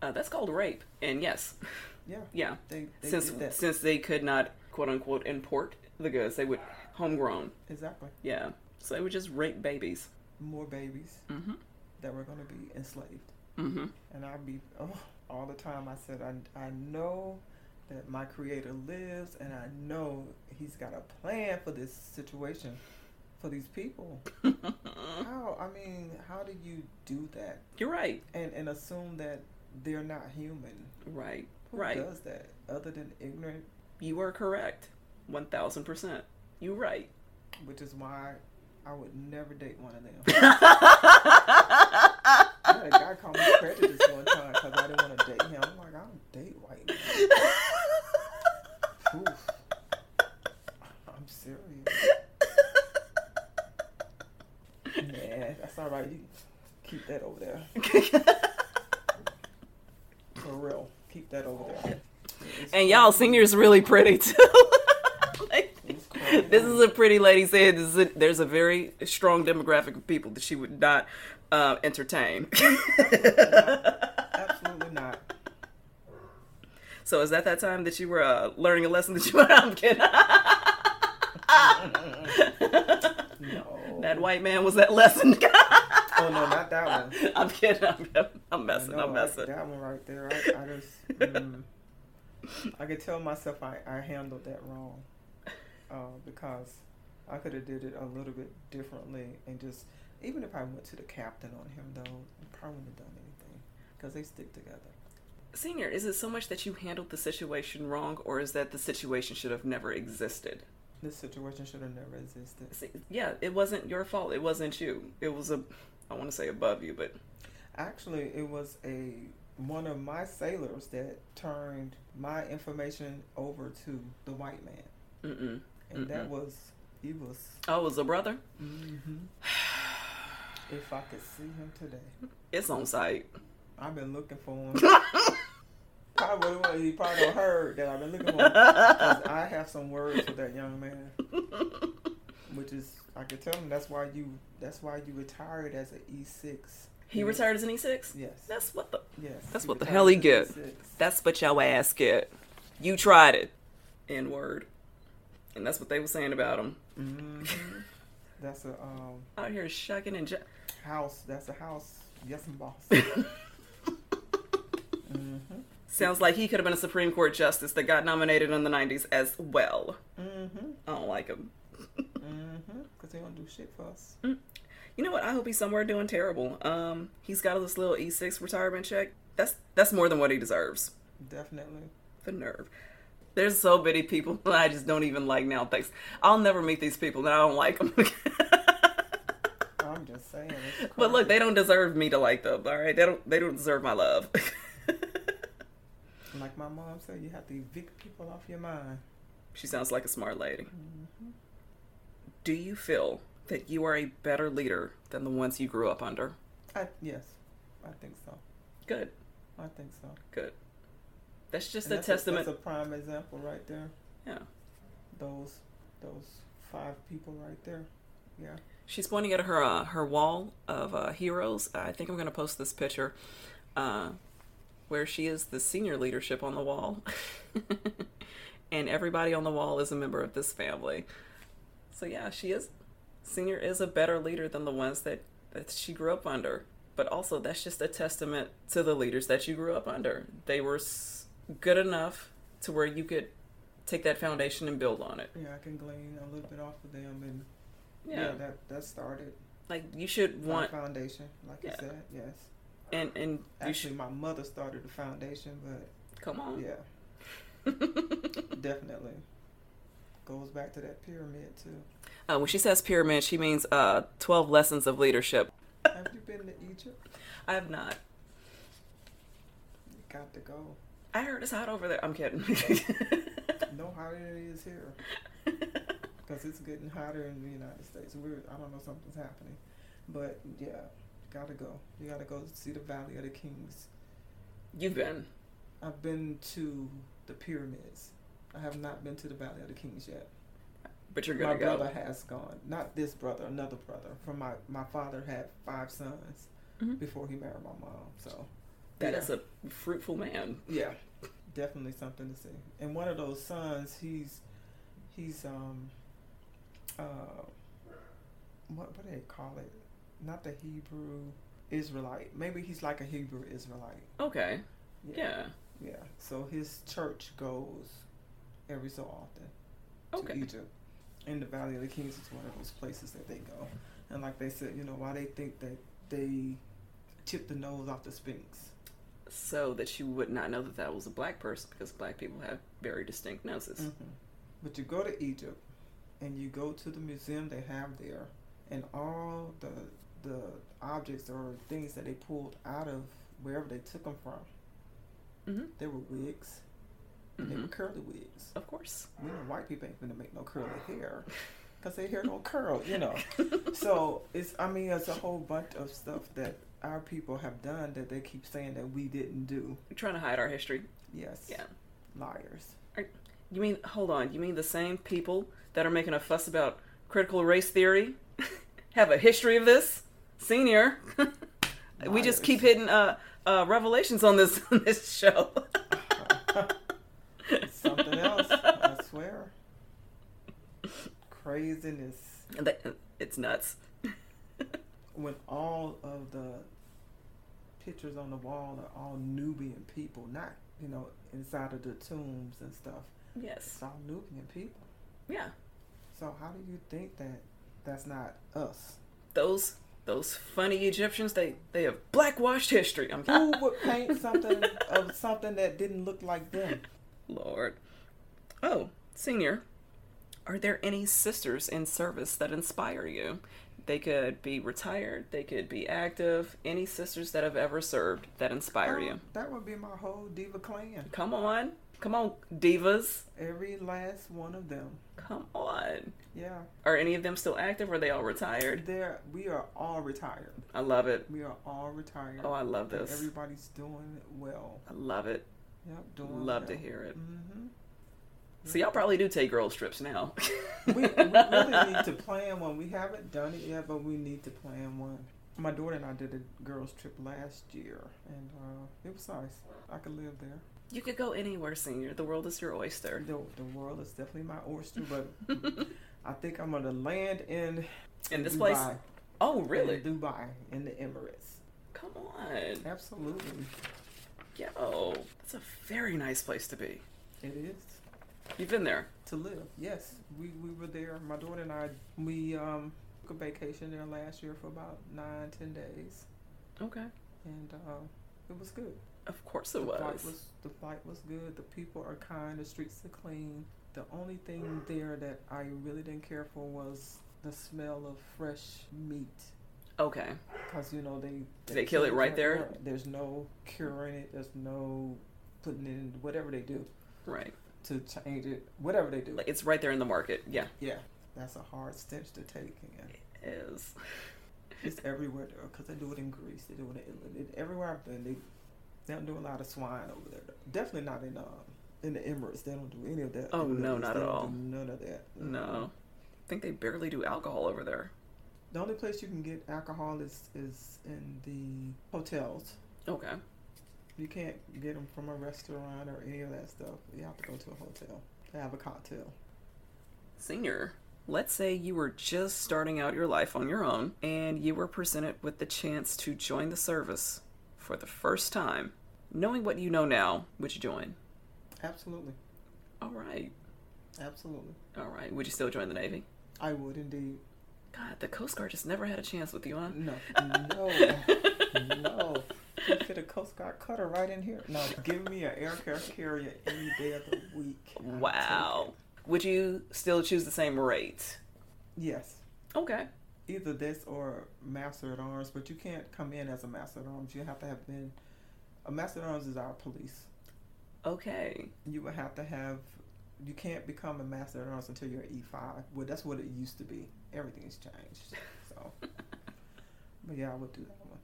A: Uh, that's called rape, and yes,
B: Yeah,
A: yeah.
B: they, they
A: since
B: did that
A: since they could not quote unquote import the goods, they would homegrown.
B: exactly.
A: Yeah, so they would just rape babies.
B: More babies
A: Mm-hmm.
B: that were going to be enslaved.
A: Mm-hmm.
B: And I be oh, all the time. I said, I, I know that my creator lives, and I know he's got a plan for this situation, for these people. How I mean, how do you do that
A: Mm-hmm. You're right.
B: and and assume that they're not human?
A: Right.
B: Who
A: Right.
B: does that other than ignorant?
A: You are correct. 1000%. You're right.
B: Which is why I would never date one of them. I had a guy call me prejudiced one time because I didn't want to date him. I'm like, I don't date white men. Oof. I'm serious. Nah, that's all right. You keep that over there. For real. Keep that over there. It's
A: and y'all,
B: crazy.
A: senior's really pretty too. Like,
B: It's crazy.
A: this is a pretty lady's head. This is a, there's a very strong demographic of people that she would not uh, entertain.
B: Absolutely not.
A: so is that that time that you were uh, learning a lesson that you? I'm kidding.
B: No.
A: That white man was that lesson.
B: Oh, no, not that one.
A: I'm kidding. I'm, kidding. I'm messing.
B: No,
A: I'm
B: I-
A: messing.
B: That one right there. I, I just. mm. I could tell myself I, I handled that wrong uh, because I could have did it a little bit differently and just even if I went to the captain on him though, I probably wouldn't have done anything because they stick together.
A: Senior, is it so much that you handled the situation wrong, or is that the situation should have never existed?
B: This situation should have never existed.
A: See, yeah, it wasn't your fault. It wasn't you. It was a, I want to say above you, but
B: Actually, it was a one of my sailors that turned my information over to the white man,
A: mm-mm.
B: and that
A: Mhm.
B: was he was.
A: Oh, it was a brother.
B: If I could see him today.
A: It's on site.
B: I've been looking for him. probably would've- he probably don't heard that I've been looking for him. 'Cause I have some words for that young man, which is I could tell him that's why you that's why you retired as an E six.
A: He retired as an E6.
B: Yes.
A: That's what the.
B: Yes.
A: That's what the hell he
B: retired as E
A: get.
B: an E6.
A: That's what your ass get. You tried it. N word. And that's what they were saying about him.
B: Mhm. That's a um,
A: Out here shucking and. Ju-
B: house. That's a house. Yes, I'm boss. mhm.
A: Sounds like he could have been a Supreme Court justice that got nominated in the 90s as well.
B: Mhm.
A: I don't like him.
B: Mhm. Cause they don't do shit for us.
A: You know what? I hope he's somewhere doing terrible. Um, he's got this little E6 retirement check. That's that's more than what he deserves.
B: Definitely.
A: The nerve. There's so many people that I just don't even like now. Thanks. I'll never meet these people that I don't like them.
B: I'm just saying. it's
A: but look,
B: crazy.
A: they don't deserve me to like them. All right, they don't. They don't deserve my love.
B: Like my mom said, you have to evict people off your mind.
A: she sounds like a smart lady. Mm-hmm.
B: Mhm.
A: Do you feel that you are a better leader than the ones you grew up under?
B: I, yes, I think so.
A: Good.
B: I think so.
A: Good. That's just
B: And
A: a
B: that's
A: testament.
B: that's a prime example right there.
A: Yeah.
B: Those those five people right there. Yeah.
A: She's pointing at her uh, her wall of uh, heroes. I think I'm going to post this picture, uh, where she is the senior leadership on the wall, and everybody on the wall is a member of this family. So yeah, she is senior is a better leader than the ones that that she grew up under. But also, that's just a testament to the leaders that you grew up under. They were s- good enough to where you could take that foundation and build on it.
B: Yeah, I can glean a little bit off of them and yeah,
A: yeah
B: that that started
A: like you should
B: my
A: want
B: foundation, like you
A: Yeah.
B: said, yes.
A: and and you should
B: Actually my mother started the foundation, but
A: Come on.
B: yeah. Definitely. Goes back to that pyramid too.
A: Uh, when she says pyramid, she means uh, 12 lessons of leadership.
B: Have you been to Egypt?
A: I have not.
B: You got to go.
A: I heard it's hot over there. I'm kidding.
B: Know how it is here. Because it's getting hotter in the United States. We're, I don't know, something's happening. But yeah, gotta go. You gotta go see the Valley of the Kings.
A: You've been.
B: I've been to the pyramids. I have not been to the Valley of the Kings yet.
A: But you're
B: my
A: going to go.
B: brother has gone. Not this brother, another brother. From my my father had five sons
A: Mhm.
B: before he married my mom. So
A: That
B: yeah.
A: is a fruitful man.
B: yeah definitely something to see and one of those sons he's he's um uh what what do they call it not the hebrew israelite maybe he's like a hebrew israelite
A: Okay. Yeah.
B: yeah, so his church goes every so often to
A: Okay.
B: egypt and the valley of the kings is one of those places that they go and like they said you know why they think that they chip the nose off the sphinx
A: So that you would not know that that was a black person because black people have very distinct noses.
B: Mhm. But you go to Egypt and you go to the museum they have there, and all the the objects or things that they pulled out of wherever they took them from,
A: Mm-hmm.
B: they were wigs. and They
A: hmm
B: were curly wigs.
A: Of course.
B: We know white people ain't gonna make no curly hair, 'cause their hair don't curl, you know. so it's I mean it's a whole bunch of stuff that our people have done that they keep saying that we didn't do.
A: We're trying to hide our history.
B: Yes.
A: Yeah.
B: Liars.
A: You mean, hold on, you mean the same people that are making a fuss about critical race theory have a history of this? Senior. we just
B: Liars.
A: keep hitting uh, uh, revelations on this on this show.
B: Something else, I swear. Craziness.
A: And that- It's nuts.
B: When all of the pictures on the wall are all Nubian people, not, you know, inside of the tombs and stuff. It's
A: Yes.
B: all Nubian people.
A: Yeah.
B: So how do you think that that's not us?
A: Those those funny Egyptians, they they have blackwashed history. I'm
B: Who would paint something of something that didn't look like them?
A: Lord. Oh, senior, are there any sisters in service that inspire you? They could be retired, they could be active. Any sisters that have ever served that inspire you?
B: Oh, That would be my whole diva clan.
A: Come on. Come on, divas.
B: Every last one of them.
A: Come on.
B: Yeah.
A: Are any of them still active? Or are they all retired?
B: There we are all retired.
A: I love it.
B: We are all retired.
A: Oh, I love
B: And
A: this.
B: Everybody's doing well.
A: I love it.
B: Yep, doing
A: Love
B: well.
A: to hear it.
B: hmm
A: So y'all probably do take girls trips now.
B: we, we really need to plan one. We haven't done it yet, but we need to plan one. My daughter and I did a girls trip last year, and uh, it was nice. I could live there.
A: You could go anywhere, senior. The world is your oyster.
B: The, the world is definitely my oyster, but I think I'm gonna land in
A: In this
B: Dubai,
A: place? Oh, really?
B: in Dubai in the Emirates.
A: Come on.
B: Absolutely,
A: Yo, that's a very nice place to be.
B: it is.
A: You've been there.
B: to live. Yes, we, we were there. My daughter and I, we um, took a vacation there last year for about nine, ten days,
A: Okay.
B: and uh, it was good.
A: Of course it
B: the
A: was.
B: Flight was. The flight was good. The people are kind. The streets are clean. The only thing there that I really didn't care for was the smell of fresh meat,
A: Okay.
B: because you know they
A: they kill it right there?
B: Yeah, There's no curing it. There's no putting it in whatever they do
A: Right.
B: to change it. Whatever they do,
A: Like, It's right there in the market. Yeah.
B: yeah, that's a hard stench to take. And
A: It is.
B: It's everywhere though, 'cause they do it in Greece, they do it in Italy. Everywhere I've been, they They don't do a lot of swine over there. though. Definitely not in um in the Emirates. They don't do any of that.
A: Oh,
B: in the
A: no,
B: Middle East.
A: not
B: They
A: at
B: don't
A: all.
B: do none of that.
A: No. I think they barely do alcohol over there.
B: The only place you can get alcohol is is in the hotels.
A: Okay.
B: You can't get them from a restaurant or any of that stuff. You have to go to a hotel to have a cocktail.
A: Senior, let's say you were just starting out your life on your own and you were presented with the chance to join the service for the first time. Knowing what you know now, would you join?
B: Absolutely,
A: All right.
B: absolutely.
A: All right. Would you still join the Navy?
B: I would indeed.
A: God, the Coast Guard just never had a chance with you, huh?
B: No, no, no. You could have Coast Guard cutter right in here. No, give me an aircraft carrier any day of the week. I'll take
A: Wow. Would you still choose the same rate?
B: it. Yes.
A: Okay.
B: Either this or master at arms, but you can't come in as a master at arms. You have to have been a master at arms is our police.
A: Okay.
B: you would have to have you can't become a master at arms until you're E5. Well, that's what it used to be. Everything's changed. So, but yeah, I would do that one.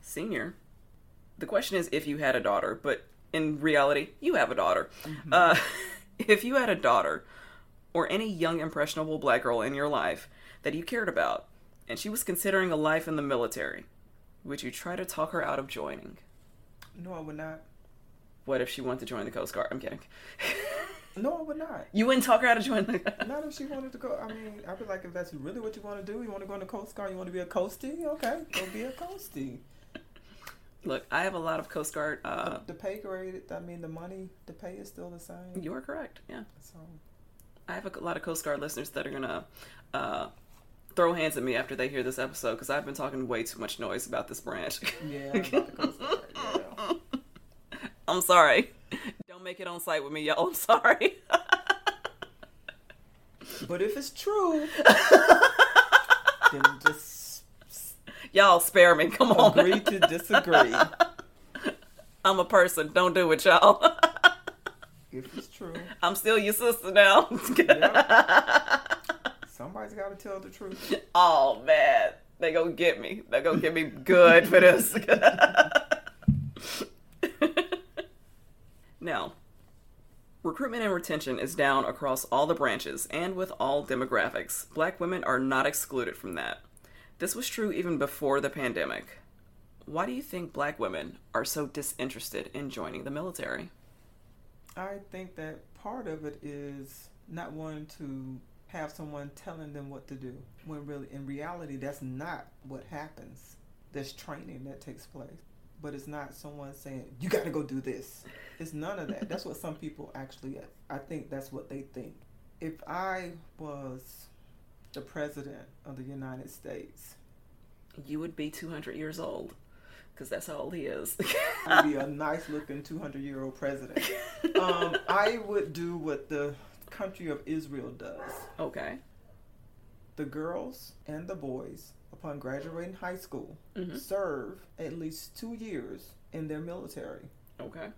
A: Senior, the question is if you had a daughter, but in reality, you have a daughter.
B: Hmm.
A: Uh, if you had a daughter or any young, impressionable black girl in your life that you cared about, and she was considering a life in the military, would you try to talk her out of joining?
B: No, I would not.
A: What if she wanted to join the Coast Guard? I'm kidding.
B: No, I would not.
A: you wouldn't talk her out of joining the.
B: Not if she wanted to go. I mean, I'd be like, if that's really what you want to do, you want to go in the Coast Guard, you want to be a coastie? Okay, go be a coastie.
A: Look, I have a lot of Coast Guard. Uh,
B: the pay grade, I mean, the money, the pay is still the same.
A: you are correct. Yeah.
B: So,
A: I have a lot of Coast Guard listeners that are gonna uh, throw hands at me after they hear this episode because I've been talking way too much noise about this branch.
B: yeah, about the Coast Guard. Yeah.
A: I'm sorry. Don't make it on site with me, y'all. I'm sorry.
B: But if it's true, then just
A: y'all spare me. Come on.
B: agree to disagree.
A: I'm a person. Don't do it, y'all.
B: If it's true.
A: I'm still your sister now.
B: Yep. Somebody's got to tell the truth.
A: oh man, they gonna get me. They gonna get me good for this. now, recruitment and retention is down across all the branches and with all demographics. Black women are not excluded from that. This was true even before the pandemic. Why do you think black women are so disinterested in joining the military?
B: I think that part of it is not wanting to have someone telling them what to do. When really, in reality, that's not what happens. There's training that takes place, but it's not someone saying, you got to go do this. It's none of that. That's what some people actually, I think that's what they think. If I was the president of the United States,
A: You would be 200 years old, because that's how old he is.
B: I'd be a nice looking 200 year old president. um, I would do what the country of Israel does.
A: okay.
B: The girls and the boys, upon graduating high school,
A: Mhm.
B: serve at least two years in their military
A: Okay.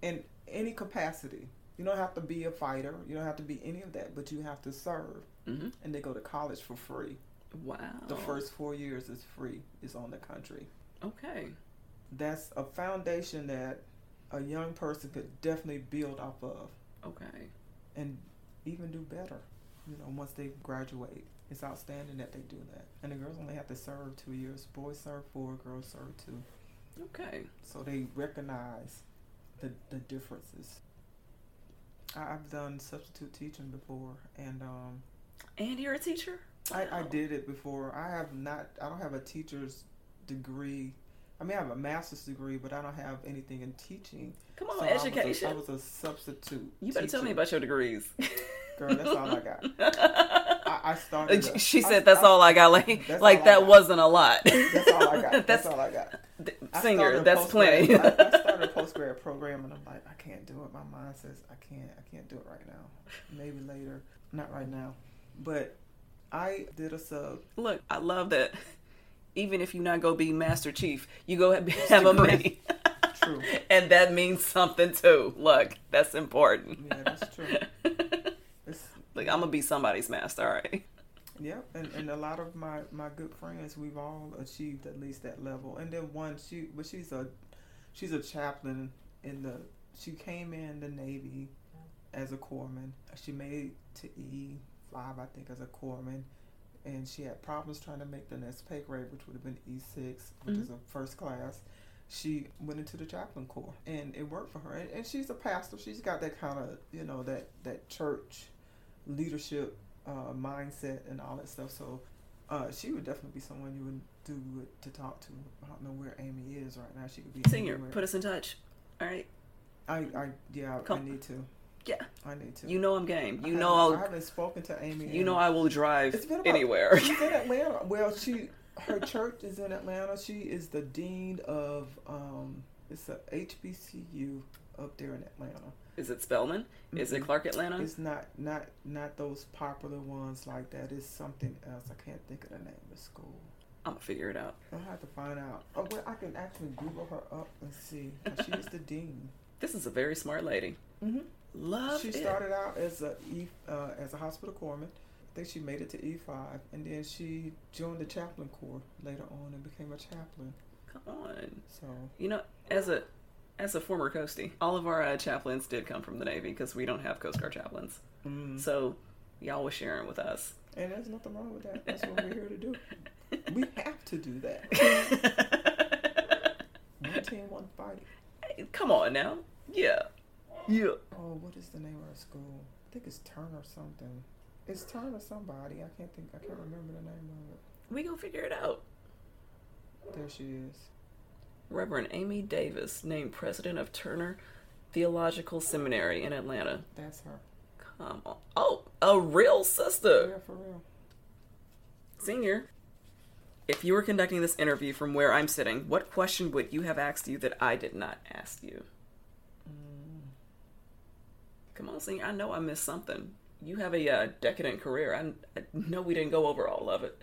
B: in any capacity. You don't have to be a fighter, you don't have to be any of that, but you have to serve.
A: hmm
B: And they go to college for free.
A: Wow.
B: The first four years is free, is on the country.
A: Okay.
B: That's a foundation that a young person could definitely build off of.
A: Okay.
B: and even do better. You know, once they graduate, it's outstanding that they do that. And the girls only have to serve two years. Boys serve four, girls serve two.
A: Okay.
B: So they recognize the the differences. I- I've done substitute teaching before, and um,
A: And you're a teacher?
B: I, I
A: Wow.
B: did it before. I have not. I don't have a teacher's degree. I mean, I have a master's degree, but I don't have anything in teaching.
A: Come on,
B: So I was a-
A: education.
B: I was, a, substitute.
A: you better tell me
B: teacher.
A: about your degrees.
B: Girl, that's all I got.
A: got.
B: I, I started. a-
A: she
B: I-
A: said that's
B: I-
A: all I got. Like,
B: That's all
A: like
B: I
A: that
B: got.
A: wasn't a lot.
B: That's all I got. That's,
A: that's,
B: all I got.
A: th-
B: I
A: singer.
B: started a
A: That's
B: post-grad-
A: plenty.
B: I, I started a post grad program, and I'm like, I can't do it. My mind says I can't. I can't do it right now. Maybe later. Not right now. But I did a sub.
A: Look, I love that. Even if you not go be Master Chief, you go have, have a
B: degree.
A: mini.
B: True.
A: and that means something too. Look, that's important.
B: Yeah, that's true. It's,
A: Like I'm gonna be somebody's master, all right?
B: yep. And, and a lot of my my good friends, we've all achieved at least that level. And then one, she, but she's a She's a chaplain in the. She came in the Navy as a corpsman. She made to E five, I think, as a corpsman, and she had problems trying to make the next pay grade, which would have been E six, which is a first class. She went into the chaplain corps, and it worked for her. And, and she's a pastor. She's got that kind of you know that that church leadership uh, mindset and all that stuff. So uh, she would definitely be someone you would do it to talk to. I don't know where Amy is right now. She could be
A: Senior,
B: anywhere.
A: put us in touch. All right.
B: I, I yeah, I, I
A: Come-
B: need to.
A: Yeah.
B: I need to.
A: You know I'm game.
B: I
A: You know
B: haven't- I
A: I'll.
B: haven't spoken to Amy.
A: You
B: in-
A: know I will drive
B: It's been about-
A: anywhere.
B: She's in Atlanta. Well, she her church is in Atlanta. She is the dean of um, it's a HBCU up there in Atlanta.
A: Is it Spellman? Is it
B: Mhm.
A: Clark Atlanta?
B: It's not not not those popular ones like that. It's something else. I can't think of the name of the school.
A: I'm gonna figure it out.
B: I'll have to find out. Oh, well, I can actually Google her up and see. She is the dean.
A: This is a very smart lady.
B: Mm-hmm.
A: Love
B: she
A: it.
B: started out as a e, uh, as a hospital corpsman. I think she made it to E five, and then she joined the chaplain corps later on and became a chaplain.
A: Come on.
B: So
A: You know, as a as a former coastie, all of our uh, chaplains did come from the Navy because we don't have Coast Guard chaplains.
B: Mm-hmm.
A: So y'all was sharing with us.
B: and there's nothing wrong with that. That's what we're here to do. We have to do that. One team, one body.
A: Hey, Come on now. Yeah. Yeah.
B: Oh, what is the name of our school? I think it's Turner something. It's Turner somebody. I can't think. I can't remember the name of it.
A: We gonna figure it out.
B: There she is.
A: Reverend Amy Davis named president of Turner Theological Seminary in Atlanta.
B: That's her.
A: Come on. Oh, a real sister.
B: Yeah, for real.
A: Senior. If you were conducting this interview from where I'm sitting, what question would you have asked you that I did not ask you?
B: Mm.
A: Come on, Senior. I know I missed something. You have a uh, decadent career. I, I know we didn't go over all of it.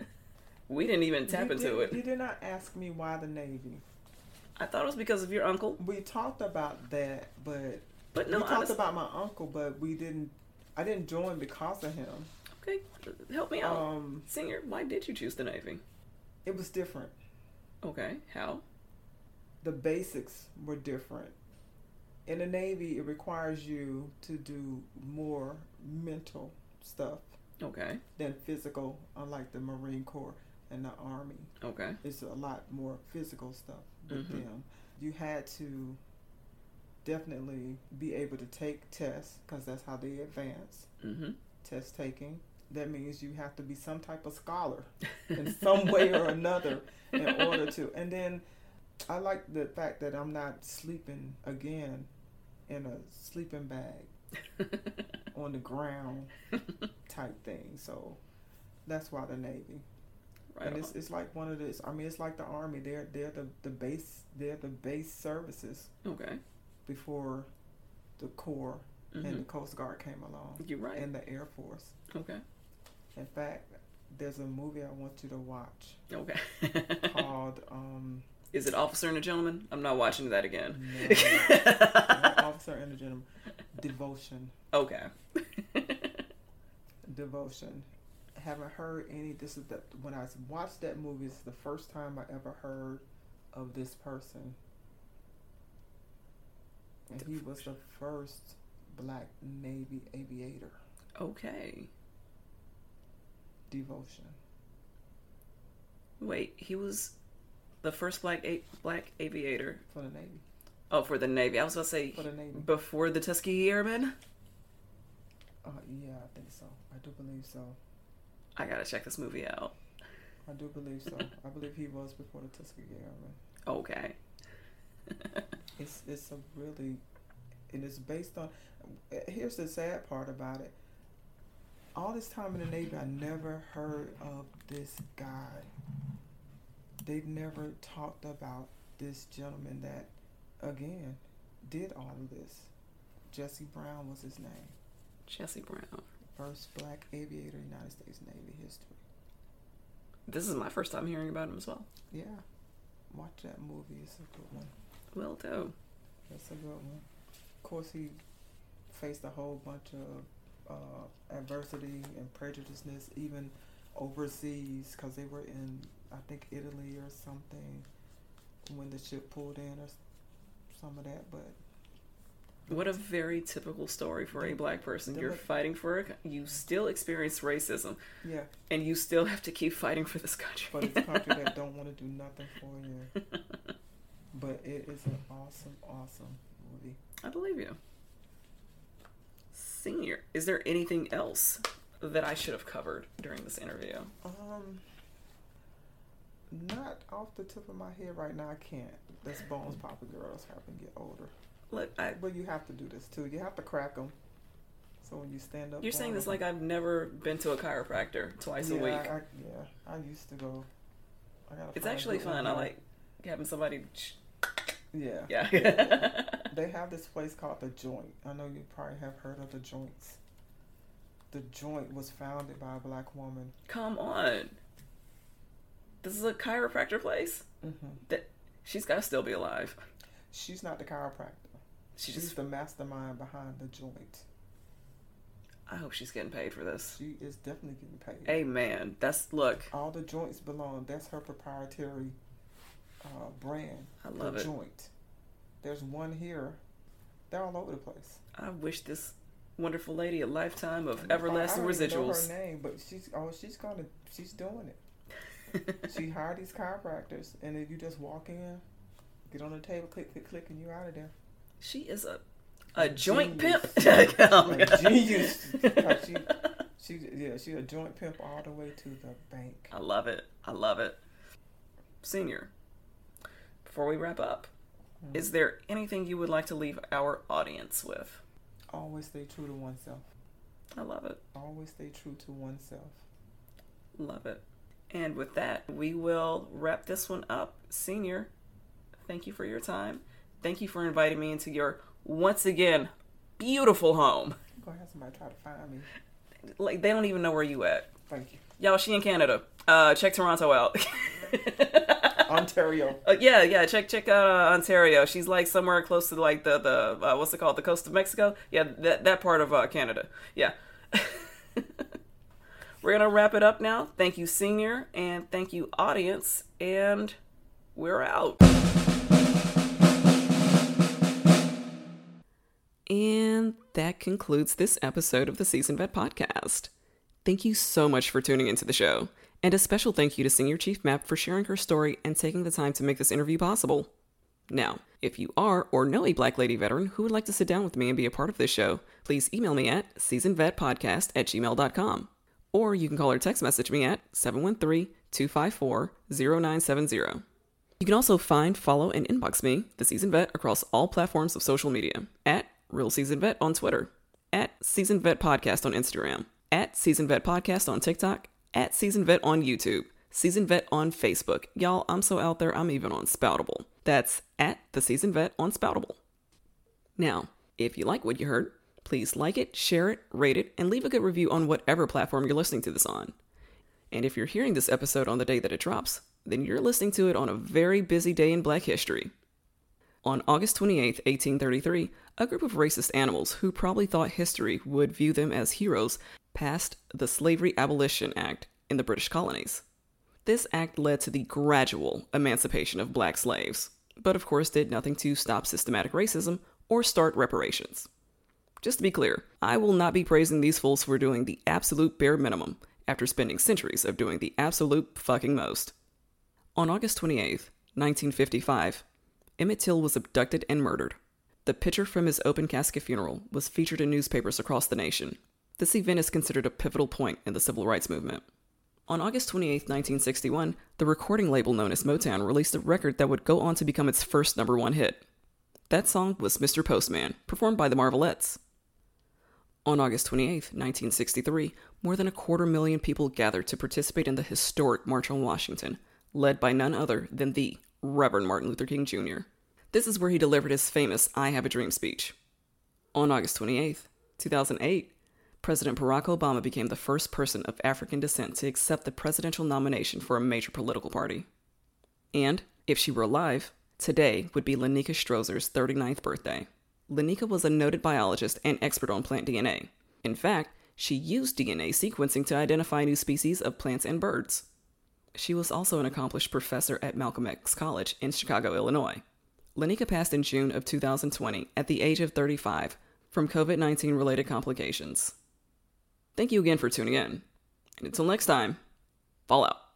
A: We didn't even tap
B: You
A: into
B: did-
A: it.
B: You did not ask me why the Navy.
A: I thought it was because of your uncle,
B: We talked about that, but
A: but no,
B: we talked
A: honest-
B: about my uncle, but we didn't. I didn't join because of him.
A: okay, help me out.
B: Um,
A: Senior, why did you choose the Navy?
B: it was different.
A: Okay, how?
B: The basics were different. In the Navy, it requires you to do more mental stuff
A: Okay,
B: than physical, unlike the Marine Corps and the Army.
A: okay.
B: it's a lot more physical stuff with
A: Mhm.
B: them. You had to definitely be able to take tests because that's how they advance
A: Mm-hmm.
B: test taking. That means you have to be some type of scholar in some way or another in order to. And then I like the fact that I'm not sleeping again in a sleeping bag on the ground type thing. So that's why the Navy
A: right
B: and
A: on.
B: it's, it's like one of this. I mean, it's like the army. They're they're the, the base. They're the base services
A: Okay.
B: before the corps and
A: hmm
B: the Coast Guard came along
A: You're right.
B: and the Air Force.
A: Okay.
B: In fact, there's a movie I want you to watch
A: Okay.
B: called um,
A: Is it Officer and a Gentleman? I'm not watching that again.
B: no, not Officer and the Gentleman, Devotion.
A: okay.
B: Devotion. Haven't heard any. This is the when I watched that movie. It's the first time I ever heard of this person, and he was the first black Navy aviator.
A: Okay.
B: Devotion.
A: Wait, he was the first black a- black aviator.
B: for the Navy.
A: Oh, for the Navy. I was about to say
B: For the Navy.
A: before the Tuskegee Airmen.
B: Uh, yeah, I think so. I do believe so.
A: I gotta check this movie out.
B: I do believe so. I believe he was before the Tuskegee Airmen.
A: Okay.
B: It's it's a really, and it's based on. Here's the sad part about it. All this time in the Navy, I never heard of this guy. They've never talked about this gentleman that, again, did all of this. Jesse Brown was his name.
A: Jesse Brown.
B: First black aviator in United States Navy history.
A: This is my first time hearing about him as well.
B: Yeah. Watch that movie. It's a good one.
A: Will do.
B: That's a good one. Of course, he faced a whole bunch of uh, adversity and prejudiceness, even overseas, because they were in, I think, Italy or something when the ship pulled in or s- some of that, but
A: What a very typical story for a black person.
B: They
A: You're
B: look-
A: fighting for it. You still experience racism,
B: yeah,
A: and you still have to keep fighting for this
B: for
A: country.
B: this country that don't want to do nothing for you. But it is an awesome, awesome movie.
A: I believe you. Senior, is there anything else that I should have covered during this interview?
B: Um, not off the tip of my head right now. I can't. That's Bones Papa Girls help and get older.
A: Look, I,
B: But you have to do this too. You have to crack them. So when you stand up,
A: you're
B: for
A: saying this
B: 'em.
A: like I've never been to a chiropractor twice
B: yeah,
A: a week.
B: I, I, yeah, I used to go. I gotta
A: it's
B: find a
A: actually
B: good one
A: fun. I
B: now.
A: like having somebody. ch-
B: Yeah.
A: Yeah.
B: They have this place called the Joint. I know you probably have heard of the Joints. The Joint was founded by a black woman.
A: Come on. This is a chiropractor place.
B: Mm-hmm.
A: She's got to still be alive.
B: She's not the chiropractor.
A: She
B: She's
A: just.
B: the mastermind behind the Joint.
A: I hope she's getting paid for this.
B: She is definitely getting paid.
A: Amen. That's look.
B: All the joints belong. That's her proprietary uh, brand.
A: I love
B: the
A: it.
B: joint. There's one here. They're all over the place.
A: I wish this wonderful lady a lifetime
B: I
A: of
B: don't
A: everlasting
B: even know
A: residuals.
B: her name, but she's oh, she's gonna, she's doing it. She hired these chiropractors, and if you just walk in, get on the table, click, click, click, and you're out of there.
A: she is a a joint
B: genius.
A: pimp. Come
B: A
A: on.
B: genius. Like, she, she, yeah, she's a joint pimp all the way to the bank.
A: I love it. I love it. Senior, before we wrap up,
B: Mm-hmm.
A: is there anything you would like to leave our audience with?
B: Always stay true to oneself.
A: I love it.
B: Always stay true to oneself.
A: Love it. And with that, we will wrap this one up. Senior, thank you for your time. Thank you for inviting me into your once again beautiful home.
B: I'm gonna have somebody try to find me.
A: Like they don't even know where you at.
B: Thank you.
A: Y'all, she in Canada. Uh, check Toronto out.
B: Ontario.
A: Uh, yeah, yeah. Check check out uh, Ontario. She's like somewhere close to like the the uh, what's it called? The coast of Mexico. Yeah, that that part of uh, Canada. Yeah. we're gonna wrap it up now. Thank you, senior, and thank you, audience, and we're out. And that concludes this episode of the Season Vet Podcast. Thank you so much for tuning into the show. And a special thank you to Senior Chief Map for sharing her story and taking the time to make this interview possible. Now, if you are or know a Black Lady veteran who would like to sit down with me and be a part of this show, please email me at seasonvetpodcast at gmail.com. Or you can call or text message me at 713 254 0970. You can also find, follow, and inbox me, The Seasoned Vet, across all platforms of social media at Real Seasoned Vet on Twitter, at Seasoned Vet Podcast on Instagram, at Seasoned Vet Podcast on TikTok, at Seasoned Vet on YouTube, Seasoned Vet on Facebook. Y'all, I'm so out there, I'm even on Spoutable. That's at The Seasoned Vet on Spoutable. Now, if you like what you heard, please like it, share it, rate it, and leave a good review on whatever platform you're listening to this on. And if you're hearing this episode on the day that it drops, then you're listening to it on a very busy day in Black history. On August 28, 1833, a group of racist animals who probably thought history would view them as heroes passed the Slavery Abolition Act in the British colonies. This act led to the gradual emancipation of black slaves, but of course did nothing to stop systematic racism or start reparations. Just to be clear, I will not be praising these fools for doing the absolute bare minimum after spending centuries of doing the absolute fucking most. On August 28th, 1955, Emmett Till was abducted and murdered. The picture from his open casket funeral was featured in newspapers across the nation. This event is considered a pivotal point in the civil rights movement. On August 28, 1961, the recording label known as Motown released a record that would go on to become its first number one hit. That song was Mr. Postman, performed by the Marvelettes. On August 28, 1963, more than a quarter million people gathered to participate in the historic March on Washington, led by none other than the Reverend Martin Luther King Jr. This is where he delivered his famous I Have a Dream speech. On August 28, 2008, President Barack Obama became the first person of African descent to accept the presidential nomination for a major political party. And, if she were alive, today would be Lenika Stroser's 39th birthday. Lenika was a noted biologist and expert on plant DNA. In fact, she used DNA sequencing to identify new species of plants and birds. She was also an accomplished professor at Malcolm X College in Chicago, Illinois. Lenika passed in June of 2020 at the age of 35 from COVID 19 related complications. Thank you again for tuning in. And until next time, fall out.